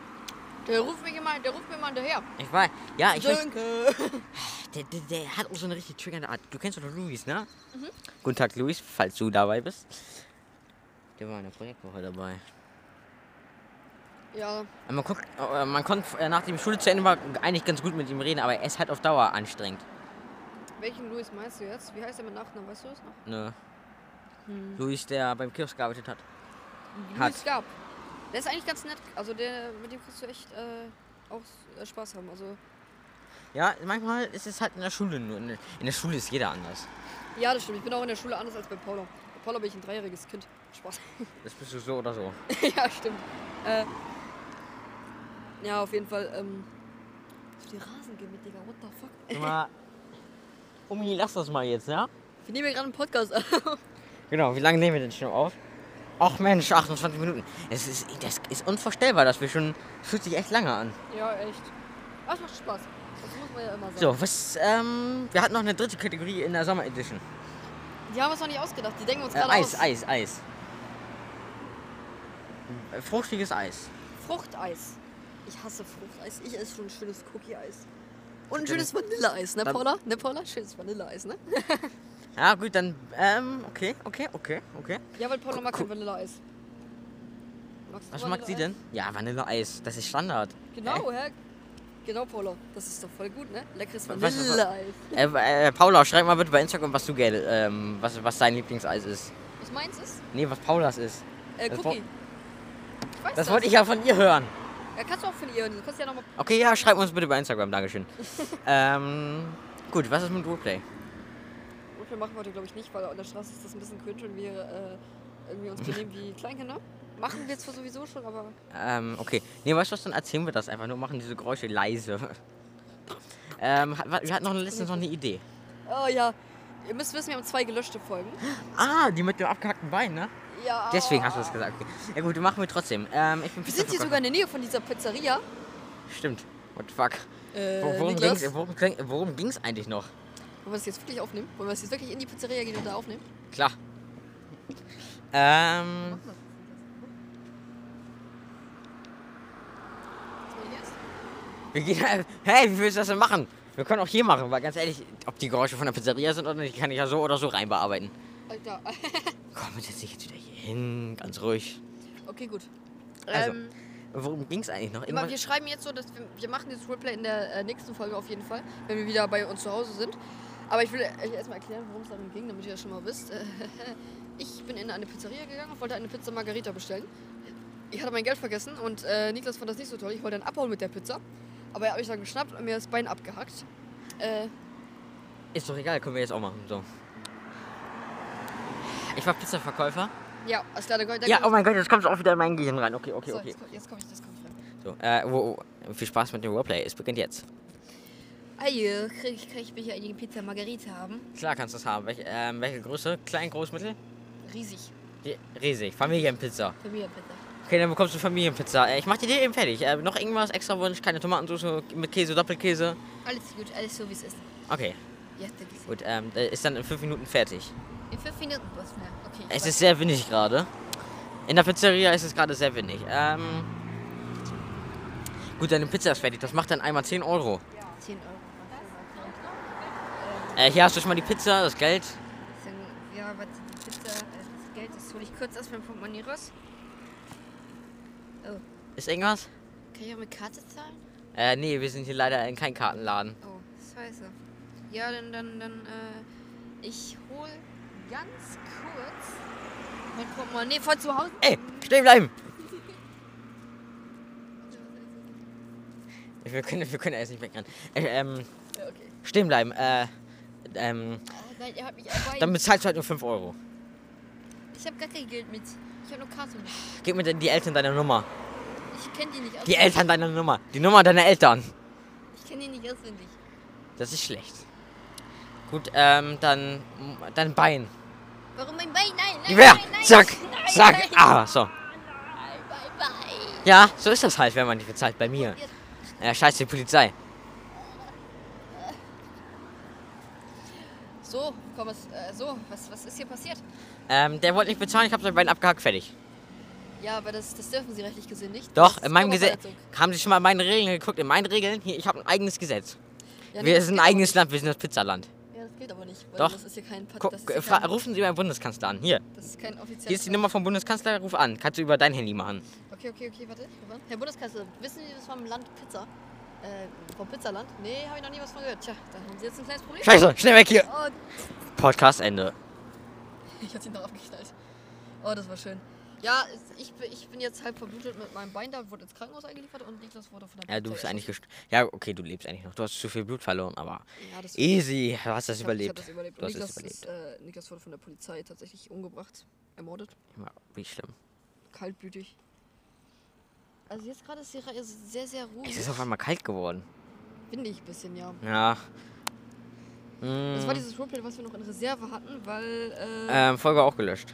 der ruft mich immer, der ruft mir immer hinterher. Ich weiß. Ja, ich weiß. Danke. Der, der, der hat auch so eine richtig triggernde Art. Du kennst doch noch Luis, ne? Guten Tag, Luis, falls du dabei bist. Der war in der Projektwoche dabei. Ja, Aber Man, guckt, äh, man konnte äh, nach dem Schule zu Ende war eigentlich ganz gut mit ihm reden, aber er ist halt auf Dauer anstrengend. welchen Louis meinst du jetzt? Wie heißt er mit Nachnamen? Weißt du es noch? Ne? Luis, der beim Kiosk gearbeitet hat. Hat. Louis Gab. Der ist eigentlich ganz nett. Also der, mit dem kannst du echt äh, auch äh, Spaß haben. Also Ja, manchmal ist es halt in der Schule nur. In in der Schule ist jeder anders. ja, das stimmt. Ich bin auch in der Schule anders als bei Paula. Bei Paula bin ich ein dreijähriges Kind. Spaß. Das bist du so oder so. <laughs> ja, stimmt. Äh, ja, auf jeden Fall. Ähm, auf die Rasen gehen mit, Digga. What the fuck? Sag mal, <laughs> Umi, lass das mal jetzt, ja? Wir nehmen hier gerade einen Podcast auf. Genau, wie lange nehmen wir denn schon auf? Ach Mensch, 28 Minuten. Es ist, das ist unvorstellbar, dass wir schon. Das fühlt sich echt lange an. <laughs> ja, echt. Aber es macht Spaß. Das muss man ja immer sagen. So, was, ähm, wir hatten noch eine dritte Kategorie in der Sommer Edition. Die haben uns noch nicht ausgedacht. Die denken uns Äh, gerade Eis, aus. Eis, Eis. Äh, Fruchtiges Eis. Fruchteis. Ich hasse Fruchteis. Ich esse schon ein schönes Cookie-Eis. Und ein Okay. schönes Vanilleeis, ne Dann- Paula? Ne Paula? Schönes Vanilleeis, ne? Ja, gut, dann, ähm, okay, okay, okay, okay. Ja, weil Paula mag Cool. kein Vanilleeis. Magst du Was mag sie denn? Vanilleeis? Ja, Vanilleeis. Das ist Standard. Genau, hä? Genau, Paula. Das ist doch voll gut, ne? Leckeres Was- was- was- Vanilleeis. Äh, äh, Paula, schreib mal bitte bei Instagram, was du gerne, ähm, was, was dein Lieblingseis ist. Was meins ist? Nee, was Paulas ist. Äh, Das Cookie. wo- Ich weiß Das wollte ich ja von ihr hören. Ja, kannst du auch von ihr hören. Du kannst ja nochmal... Okay, ja, schreib uns bitte bei Instagram, <laughs> Dankeschön. ähm, gut, was ist mit Roleplay? Und wir machen heute, glaube ich, nicht, weil an der Straße ist das ein bisschen cringe und wir äh, irgendwie uns benehmen wie Kleinkinder. Machen wir zwar sowieso schon, aber... Ähm, okay. Nee, weißt du was, dann erzählen wir das einfach nur, machen diese Geräusche leise. <laughs> ähm, hat- wa- wir hatten noch letztens noch eine Idee. Oh ja. Ihr müsst wissen, wir haben zwei gelöschte Folgen. Ah, die mit dem abgehackten Bein, ne? Ja. Deswegen hast du das gesagt. Okay. Ja gut, machen wir trotzdem. Ähm, ich bin Wir sind hier sogar in der Nähe von dieser Pizzeria. Stimmt. What the fuck? Äh, Wo- worum, Niklas, ging's, worum, kling- worum ging's eigentlich noch? Wollen wir das jetzt wirklich aufnehmen? Wollen wir das jetzt wirklich in die Pizzeria gehen und da aufnehmen? Klar. Ähm, wir gehen. halt- Hey, wie willst du das denn machen? Wir können auch hier machen, weil ganz ehrlich, ob die Geräusche von der Pizzeria sind oder nicht, kann ich ja so oder so rein bearbeiten. Alter. <laughs> Komm, jetzt setz dich jetzt wieder hier hin, ganz ruhig. Okay, gut. Also, ähm, Worum ging's eigentlich noch? aber wir Irgendwas- schreiben jetzt so, dass wir, wir machen dieses Roleplay in der äh, nächsten Folge auf jeden Fall, wenn wir wieder bei uns zu Hause sind. Aber ich will euch erstmal erklären, worum es darum ging, damit ihr das schon mal wisst. <laughs> Ich bin in eine Pizzeria gegangen und wollte eine Pizza Margarita bestellen. Ich hatte mein Geld vergessen und äh, Niklas fand das nicht so toll. Ich wollte dann abhauen mit der Pizza. Aber er hat mich dann geschnappt und mir das Bein abgehackt. Äh, Ist doch egal, können wir jetzt auch machen. So. Ich war Pizzaverkäufer. ja, alles klar, dann, dann Ja, oh mein Gott, jetzt kommt es auch wieder in mein Gehirn rein. Okay, okay, So, okay. Jetzt, komm- jetzt komme ich, jetzt komm ich rein. So, äh, wo, wo, viel Spaß mit dem Roleplay. Es beginnt jetzt. Eie, krieg, ich- krieg ich bitte eine Pizza Margarita haben? Klar kannst du es haben. Welche, ähm, welche Größe? Klein, groß, mittel? Riesig. Die- Riesig. Familienpizza. Für mich bitte. Okay, dann bekommst du Familienpizza. Äh, ich mach die dir eben fertig. Äh, noch irgendwas? Extra Wunsch? Keine Tomatensauce mit Käse, Doppelkäse? Alles gut, alles so wie es ist. Okay, Ja, das ist gut. Ähm, äh, ist dann in fünf Minuten fertig. In fünf Minuten Bus, ne? Okay. ich Es weiß. ist sehr windig gerade. In der Pizzeria ist es gerade sehr wenig. Ähm, gut, deine Pizza ist fertig. Das macht dann einmal 10 Euro. 10 Euro. Äh, hier hast du schon mal die Pizza, das Geld. Deswegen, ja, warte, die Pizza, äh, das Geld, das hole ich kurz aus meinem Portemonnaie raus. Ist irgendwas? Kann ich auch mit Karte zahlen? Äh, nee, wir sind hier leider in keinem Kartenladen. Oh, scheiße. Ja, dann, dann, dann, äh, ich hol ganz kurz mein Portemonnaie von zu Hause. Ey, stehen bleiben! Wir können, wir können erst nicht wegrennen. Äh, ähm, Ja, okay. stehen bleiben. Äh, ähm, Oh, nein, ihr habt mich erweicht. dann bezahlst du halt nur 5 Euro. Ich habe gar kein Geld mit. Ich habe nur Karte mit. Gib mir die Eltern deiner Nummer. Ich kenne die nicht Die auswendig. Eltern deiner Nummer. Die Nummer deiner Eltern. Ich kenne die nicht auswendig. Das ist schlecht. Gut, ähm, dann dein Bein. Warum mein Bein? Nein, nein, Gewehr! nein, nein. Zack! Nein, Zack! nein. Ah, so. Nein, Bye, bye. Ja, so ist das halt, wenn man nicht bezahlt bei mir. Äh, scheiße, die Polizei. So, komm, was, äh, so, was, was ist hier passiert? Ähm, der wollte nicht bezahlen, ich habe sein Bein abgehackt, fertig. Ja, aber das, das dürfen sie rechtlich gesehen nicht. Doch, Das in ist meinem Gesetz. Körperverletzung. Haben Sie schon mal in meine Regeln geguckt? In meinen Regeln? Hier, ich habe ein eigenes Gesetz. Ja, nee, wir das sind geht ein aber eigenes nicht. Land, wir sind das Pizzaland. Ja, das geht aber nicht. Weil Doch. Das ist hier kein Pod- Guck, das, ist hier fra- kein, rufen Sie beim Bundeskanzler an. Hier, das ist kein offizieller. hier ist die Nummer vom Bundeskanzler, ruf an. Kannst du über dein Handy machen. Okay, okay, okay, warte. ich ruf an. Herr Bundeskanzler, wissen Sie das vom Land Pizza? Äh, vom Pizzaland? Nee, habe ich noch nie was von gehört. Tja, da haben Sie jetzt ein kleines Problem. Scheiße, schnell weg hier. Oh, <laughs> Podcast Ende. Ich hab's ihn noch abgeknallt. Oh, das war schön. Ja, es- ich, bin- ich bin jetzt halb verblutet mit meinem Bein da, wurde ins Krankenhaus eingeliefert und Niklas wurde von der Ja, du bist Polizei eigentlich gest Ja, okay, du lebst eigentlich noch. Du hast zu viel Blut verloren, aber erschossen. Ja, das easy. Du hast das ich hab- Ich hab überlebt. das überlebt. Du Und hast Niklas, es überlebt. Ist, äh, Niklas wurde von der Polizei tatsächlich umgebracht, ermordet, Ja, Wie schlimm. kaltblütig. Also jetzt gerade ist die Reihe sehr, sehr ruhig. Es ist Mhm. auf einmal kalt geworden. Finde ich ein bisschen, ja. Ja. Das war Mm, dieses Roleplay, was wir noch in Reserve hatten, weil äh, ähm, Folge auch gelöscht.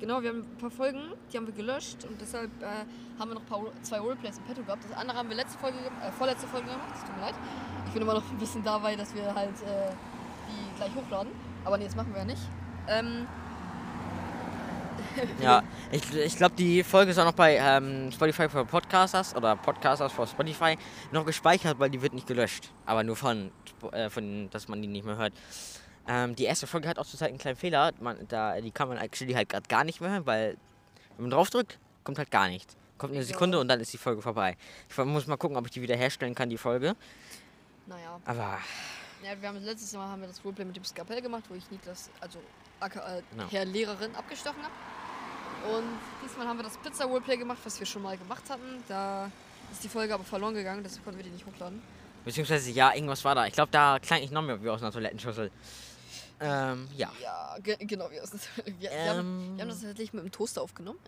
Genau, wir haben ein paar Folgen, die haben wir gelöscht und deshalb äh, haben wir noch ein paar, zwei Roleplays im Petto gehabt. Das andere haben wir letzte Folge, gem- äh, vorletzte Folge gemacht, es tut mir leid. Ich bin immer noch ein bisschen dabei, dass wir halt äh, die gleich hochladen. Aber nee, das machen wir ja nicht. Ähm, Ja, ich, ich glaube, die Folge ist auch noch bei ähm, Spotify for Podcasters oder Podcasters for Spotify noch gespeichert, weil die wird nicht gelöscht. Aber nur von, Sp- äh, von dass man die nicht mehr hört. Ähm, die erste Folge hat auch zurzeit einen kleinen Fehler. Man, da, die kann man actually halt gerade gar nicht mehr hören, weil wenn man draufdrückt, kommt halt gar nichts. Kommt eine Sekunde und dann ist die Folge vorbei. Ich muss mal gucken, ob ich die wieder herstellen kann, die Folge. naja, Aber ja, wir haben letztes Mal haben wir das Roleplay mit dem Skapell gemacht, wo ich Niklas, also aka, äh, Genau. Herr Lehrerin, abgestochen habe. Und diesmal haben wir das Pizza-Roleplay gemacht, was wir schon mal gemacht hatten. Da ist die Folge aber verloren gegangen, deshalb konnten wir die nicht hochladen. Beziehungsweise, ja, irgendwas war da. Ich glaube, da klang ich noch mehr wie aus einer Toilettenschüssel. Ähm, ja. Ja, ge genau, wir, <laughs> wir, wir, haben, Ähm. wir haben das tatsächlich mit dem Toaster aufgenommen.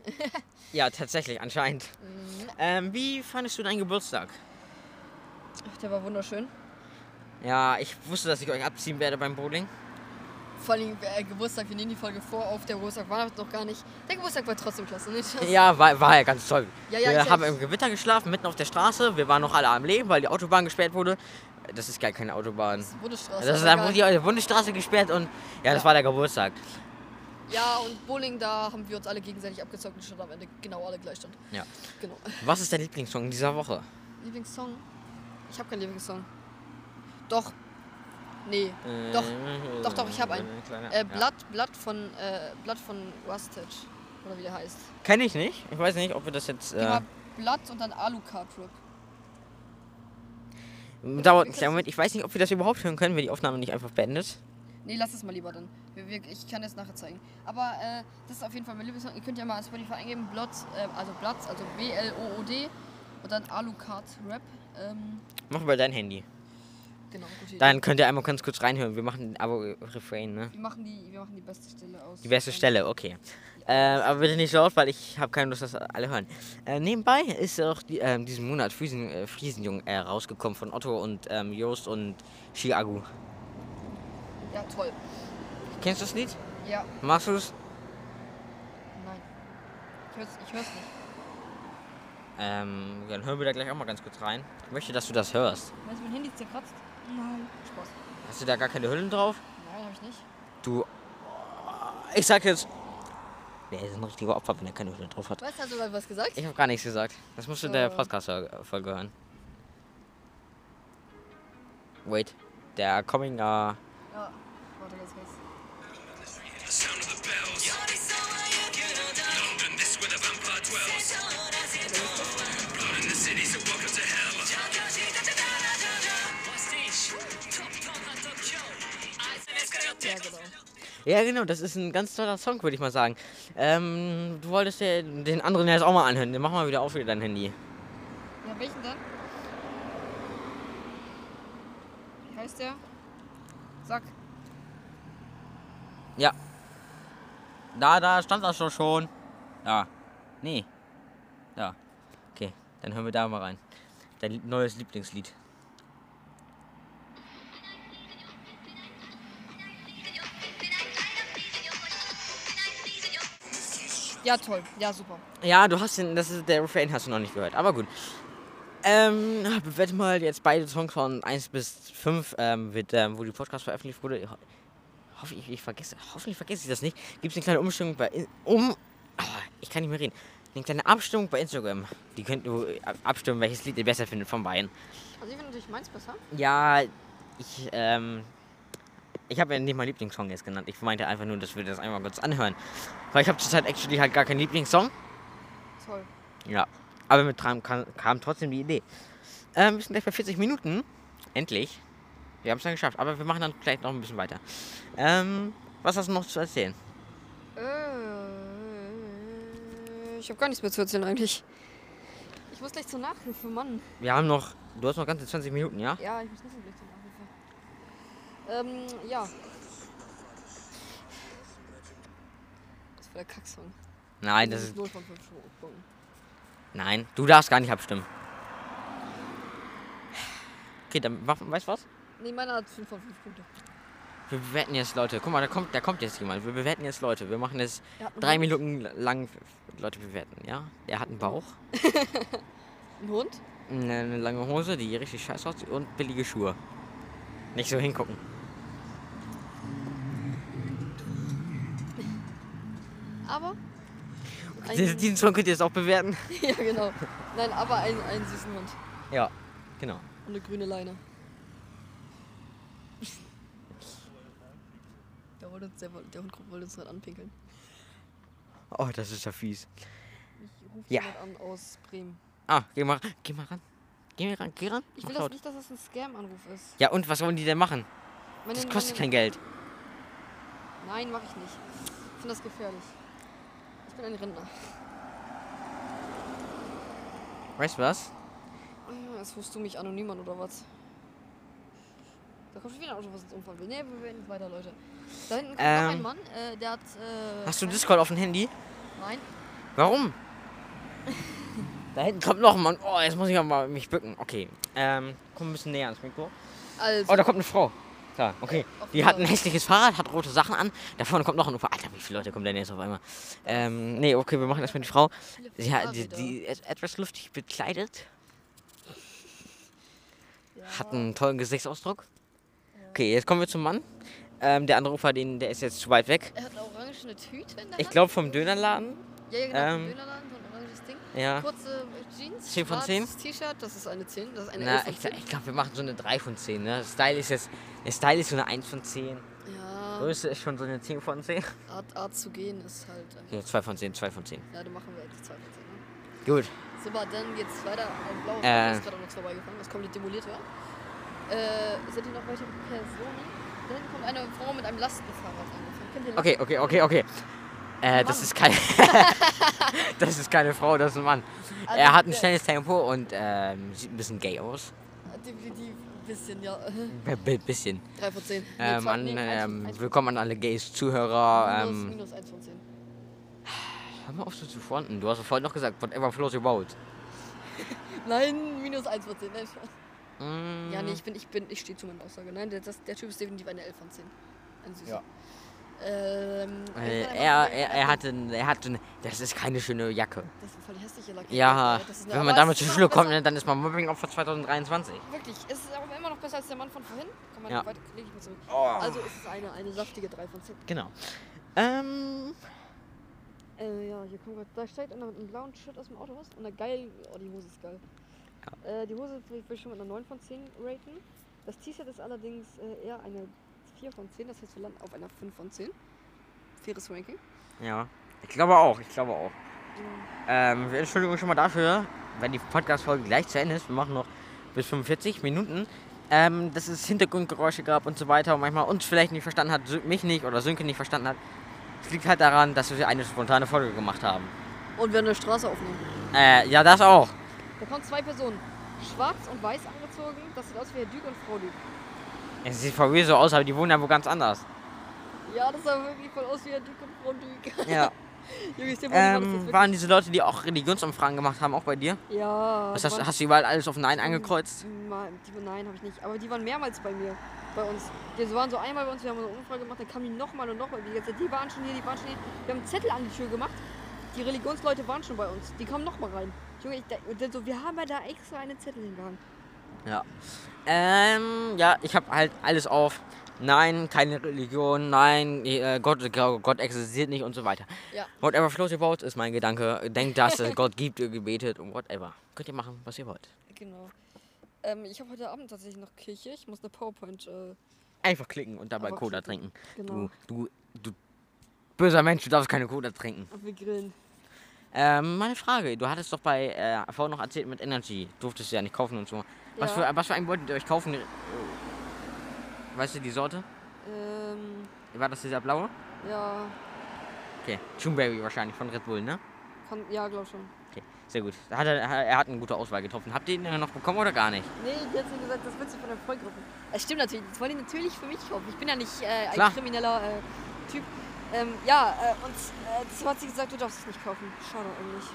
Ja, tatsächlich, anscheinend. Mhm. Ähm, wie fandest du deinen Geburtstag? Ach, der war wunderschön. Ja, ich wusste, dass ich euch abziehen werde beim Bowling. Vor allem äh, Geburtstag, wir nehmen die Folge vor, auf der Geburtstag war das noch gar nicht. Der Geburtstag war trotzdem klasse, nicht? Ja, war, war ja ganz toll. Ja, ja, wir ich- haben ich- im Gewitter geschlafen, mitten auf der Straße. Wir waren noch alle am Leben, weil die Autobahn gesperrt wurde. Das ist gar keine Autobahn. Das ist Bundesstraße. Das ist aber dann wurde egal. die äh, Bundesstraße gesperrt und ja, das war der Geburtstag. Ja, und Bowling, da haben wir uns alle gegenseitig abgezockt und stand am Ende genau alle gleich stand. Ja. Genau. Was ist dein Lieblingssong dieser Woche? Lieblingssong? Ich habe keinen Lieblingssong. Doch. Nee. Doch. Äh, Doch, doch, ich hab einen. äh, kleiner- Äh, ja. Blatt, Blatt von, äh, Blatt von Rusted. Oder wie der heißt. Kenn ich nicht. Ich weiß nicht, ob wir das jetzt. Gib Äh, mal Blatt und dann Alucard Rip. dauert einen kleinen Moment. Ich weiß nicht, ob wir das überhaupt hören können, wenn die Aufnahme nicht einfach beendet. Nee, lass es mal lieber dann. Wir, wir, ich kann das nachher zeigen. Aber äh, das ist auf jeden Fall mein Lieblingssong. Ihr könnt ja mal auf Spotify eingeben, Blot, äh, also Blatz, also B-L-O-O-D und dann Alucard Rap. Ähm, Mach über dein Handy. genau, gute Idee. Dann könnt ihr einmal ganz kurz reinhören. Wir machen aber Refrain, ne? Wir machen die, wir machen die beste Stelle aus. Die beste Ähm, Stelle, okay. Äh, aber bitte nicht laut, weil ich habe keine Lust, dass alle hören. Äh, nebenbei ist auch die, ähm, diesen Monat Friesen, äh, Friesenjung äh, rausgekommen von Otto und ähm, Joost und Shiagu. Ja, toll. Kennst du das Lied? Ja, Machst du's? nein. Ich hör's, ich hör's nicht. Ähm, dann hören wir da gleich auch mal ganz kurz rein. Ich möchte, dass du das hörst. Weißt du, mein Handy zerkratzt? Nein. Spaß. Hast du da gar keine Hüllen drauf? Nein, hab ich nicht. Du. Ich sag jetzt. Der ist ein richtiger Opfer, wenn er keine Hülle drauf hat. Was, hast du gerade was gesagt? Ich habe gar nichts gesagt. Das musst du der Oh. Podcast-Folge hören. Wait. Der Coming, äh, Ja. Warte ganz kurz. The sound of the bells. London, this where the vampire dwells. Blood in the cities, so welcome to hell. Ja, genau. Ja, genau, das ist ein ganz toller Song, würde ich mal sagen. Ähm, du wolltest ja den anderen jetzt auch mal anhören. Dann mach mal wieder auf wieder dein Handy. Ja, welchen denn? Wie heißt der? Sag. Ja. Da, da, stand das schon schon. Da. Nee. Da. Okay, dann hören wir da mal rein. Dein lieb- neues Lieblingslied. Ja, toll. Ja, super. Ja, du hast den, das ist, der Refrain hast du noch nicht gehört, aber gut. Ähm, bewerte mal jetzt beide Songs von 1 bis 5, ähm, wird, ähm, wo die Podcast veröffentlicht wurde. Ich ho- hoffe ich, ich vergesse, hoffentlich vergesse ich das nicht. Gibt es eine kleine Umstimmung bei, In- um, ah, ich kann nicht mehr reden. Eine kleine Abstimmung bei Instagram. Die könnt ihr ab- abstimmen, welches Lied ihr besser findet von beiden. Also ich finde natürlich meins besser. Ja, ich, ähm, ich habe ja nicht meinen Lieblingssong jetzt genannt. Ich meinte einfach nur, dass wir das einmal kurz anhören. Weil ich habe zurzeit actually halt gar keinen Lieblingssong. Toll. Ja, aber mit Tram kam, kam trotzdem die Idee. Ähm, wir sind gleich bei 40 Minuten. Endlich. Wir haben es dann geschafft, aber wir machen dann gleich noch ein bisschen weiter. Ähm, was hast du noch zu erzählen? Äh, ich habe gar nichts mehr zu erzählen eigentlich. Ich muss gleich zur Nachhilfe, Mann. Wir haben noch, du hast noch ganze 20 Minuten, ja? Ja, ich muss nicht gleich zur Nachhilfe. Ähm, ja. Das war der Kacksong. Nein, das ist, nur von 5 Punkten. nein, du darfst gar nicht abstimmen. Okay, dann, mach- weißt du was? Nee, meiner hat 5 von 5 Punkte. Wir bewerten jetzt Leute. Guck mal, da kommt, da kommt jetzt jemand. Wir bewerten jetzt Leute. Wir machen jetzt Er hat einen drei Hund. Minuten lang Leute bewerten, ja? Der hat einen Bauch, Ein Hund? eine eine lange Hose, die richtig scheiße aussieht und billige Schuhe. Nicht so hingucken. Aber. Dies- Diesen Song könnt ihr jetzt auch bewerten. <laughs> ja, genau. Nein, aber einen, einen süßen Hund. Ja, genau. Und eine grüne Leine. Der, wollte uns, der, wollte- der Hund wollte uns gerade anpinkeln. Oh, das ist ja fies. Ich rufe Ja. jemand an aus Bremen. Ah, geh mal, geh mal ran. Geh mal ran, geh ran. Ich Mach will das laut. nicht, dass das ein Scam-Anruf ist. Ja, und was wollen die denn machen? Meine- Das kostet kein meine- Geld. Nein, mache ich nicht. Ich finde das gefährlich. Ich bin ein Rentner. Weißt du was? Ah, Jetzt rufst du mich anonym an oder was? Da kommt schon wieder ein Auto, was uns umfahren will. Ne, wir werden nicht weiter, Leute. Da hinten kommt Ähm. noch ein Mann, äh, der hat. Äh, Hast du kein- Discord auf dem Handy? Nein. <laughs> Warum? da hinten kommt noch ein Mann. Oh, jetzt muss ich auch mal mich bücken. Okay. Ähm, komm ein bisschen näher ans Mikro. Also, Oh, da kommt eine Frau. Da, okay. Auf Die hat ein jeden Fall. hässliches Fahrrad, hat rote Sachen an. Da vorne kommt noch ein Ufer. Alter, wie viele Leute kommen denn jetzt auf einmal? Ähm, nee, okay, wir machen erstmal die Frau. Viele Sie hat, die, Fahrräder. die ist etwas luftig bekleidet. Ja. Hat einen tollen Gesichtsausdruck. Okay, jetzt kommen wir zum Mann. Ähm, der andere Ufer, den, der ist jetzt zu weit weg. er hat eine orangene Tüte in der Ich Hand. glaube vom Dönerladen. Ja, ja, genau. ähm, Ähm, Dönerladen, so ein oranges Ding. Ja. Kurze äh, Jeans. 10 von 10? schwarzes T-Shirt, das ist eine 10. Das ist eine Na, 11 ich, von 10. ich glaube, wir machen so eine 3 von 10. Ne? Der Style ist jetzt. Der Style ist so eine 1 von 10. Ja, Größe ist schon so eine 10 von 10. Art, Art zu gehen ist halt. Äh, Okay, 2 von 10, 2 von 10. ja, dann machen wir jetzt 2 von 10. Ne? Gut. Super, dann geht's weiter. Ein blaues Auto Äh. ist gerade an uns vorbeigefahren, was komplett demoliert war. Äh, sind hier noch weitere Personen? Dann kommt eine Frau mit einem Lastenfahrrad angefahren. Kennt ihr Okay, okay, okay, okay. Äh, das Mann. ist keine. <laughs> das ist keine Frau, das ist ein Mann. Also Er hat ein der- schnelles Tempo und ähm, sieht ein bisschen gay aus. Lasten- Definitiv ein bisschen, ja. <laughs> Ein bi- bisschen. 3 von 10. Nee, Ähm, zwei- an, nee, eins von- ähm, eins von- willkommen an alle Gays Zuhörer. minus, Ähm, minus 1 von 10. hör mal auf so zu fronten. Du hast ja vorhin noch gesagt, whatever flows your boat. Nein, minus 1 von 10. Nein, Spaß. Mm, Ja, nee, ich bin, ich bin, ich stehe zu meiner Aussage. Nein, der, das, der Typ ist definitiv eine 11 von 10. Ein süßer. Ja. Ähm, Äh, ich bin er, einfach- er, er hat ein, er hat ein, das ist keine schöne Jacke. Das ist voll hässlich, ihr Lack. Ja, ne? Das ist eine- wenn aber man es damit ist zur immer Schule noch kommt, ne, dann ist man Mobbing-Opfer 2023. besser- Wirklich, es ist aber immer noch besser als der Mann von vorhin. Kann man Ja. ja. weiter, leg ich mir Genau. zurück. Also es ist eine, eine saftige 3 von 10. Genau. Ähm, Äh, ja, hier kommt grad, da steigt einer mit einem blauen Shirt aus dem Auto raus und einer geilen, oh, die Hose ist geil. Äh, die Hose will ich- will ich schon mit einer 9 von 10 raten. Das T-Shirt ist allerdings äh, eher eine 4 von 10, das heißt, wir landen auf einer 5 von 10. Faires Ranking. Ja. Ich glaube auch, ich glaube auch. Ja. Ähm, wir entschuldigen uns schon mal dafür, wenn die Podcast-Folge gleich zu Ende ist. Wir machen noch bis 45 Minuten. Ähm, dass es Hintergrundgeräusche gab und so weiter und manchmal uns vielleicht nicht verstanden hat, Sö- mich nicht oder Sönke nicht verstanden hat. Es liegt halt daran, dass wir eine spontane Folge gemacht haben. Und wir eine Straße aufnehmen. Äh, ja, das auch. Da kommen zwei Personen. Schwarz und weiß angezogen, das sieht aus wie Herr Dück und Frau Dück. Es sieht VW so aus, aber die wohnen ja wo ganz anders. Ja, das sah wirklich voll aus wie Herr Dück und Frau Dück. <laughs> Ja. <laughs> Junge, ich sehe ähm, waren diese Leute, die auch Religionsumfragen gemacht haben, auch bei dir? Ja. Was die hast, waren- hast du überall alles auf Nein angekreuzt? Ma- Die, nein, habe ich nicht. Aber die waren mehrmals bei mir. Bei uns. Die waren so einmal bei uns, wir haben eine Umfrage gemacht, dann kamen die nochmal und nochmal. Die, ganze Zeit, die waren schon hier, die waren schon hier. Wir haben einen Zettel an die Tür gemacht. Die Religionsleute waren schon bei uns. Die kommen nochmal rein. Junge, ich, da, und dann so, wir haben ja da extra einen Zettel hingehangen. Ja. Ähm, ja, ich habe halt alles auf. Nein, keine Religion, nein, äh, Gott, Gott existiert nicht und so weiter. Ja. Whatever floats your boat ist mein Gedanke. Denkt, dass es Gott gibt, ihr gebetet und whatever. Könnt ihr machen, was ihr wollt. Genau. Ähm, ich habe heute Abend tatsächlich noch Kirche. Ich muss eine PowerPoint. Äh, Einfach klicken und dabei Aber Cola klicken. trinken. genau. Du, du, du böser Mensch, du darfst keine Cola trinken. Und wir grillen. Ähm, meine Frage, du hattest doch bei äh, vorhin noch erzählt mit Energy, durftest du ja nicht kaufen und so. Was, Ja. für, was für einen wolltet ihr euch kaufen? Äh, Weißt du die Sorte? Ähm, War das dieser blaue? ja. Okay, Chumberry wahrscheinlich von Red Bull, ne? Kann, ja, glaub schon. Okay, sehr gut. Da Hat er, er hat eine gute Auswahl getroffen. Habt ihr ihn denn noch bekommen oder gar nicht? Nee, ich hätte gesagt, das wird sie von der Vollgruppe. Es stimmt natürlich, das wollen die natürlich für mich kaufen. Ich bin ja nicht äh, ein Klar. krimineller äh, Typ. Ähm, ja, äh, und äh, dazu hat sie gesagt, du darfst es nicht kaufen. Schade eigentlich.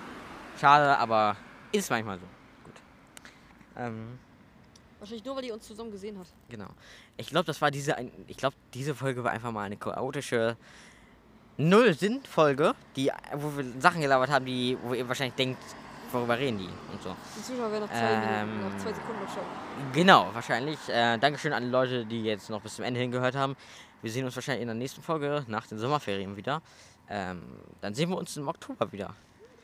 Schade, aber ist manchmal so. Gut. Ähm, Wahrscheinlich nur, weil die uns zusammen gesehen hat. genau. Ich glaube, das war diese, ein- ich glaube, diese Folge war einfach mal eine chaotische Null-Sinn-Folge, die, wo wir Sachen gelabert haben, die, wo ihr wahrscheinlich denkt, worüber reden die und so. Die Zuschauer werden nach zwei, Minuten, Ähm. nach zwei Sekunden noch schauen. Genau, wahrscheinlich. Äh, Dankeschön an die Leute, die jetzt noch bis zum Ende hingehört haben. Wir sehen uns wahrscheinlich in der nächsten Folge nach den Sommerferien wieder. Ähm, dann sehen wir uns im Oktober wieder.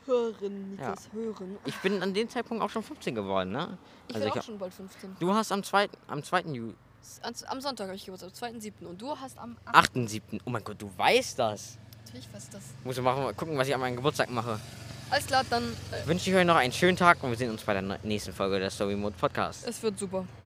Hören, Niklas, hören. Ich bin an dem Zeitpunkt auch schon 15 geworden, ne? Ich Also bin ich auch hab- schon bald 15. Du hast am 2. am 2. Juli, Am, am Sonntag habe ich Geburtstag, am 2.7. Und du hast am 8. 8.7. Oh mein Gott, du weißt das. Natürlich was das. Muss ich machen, mal gucken, was ich an meinem Geburtstag mache. Alles klar, dann, äh, Wünsche ich euch noch einen schönen Tag und wir sehen uns bei der ne- nächsten Folge des Story Mode Podcast. es wird super.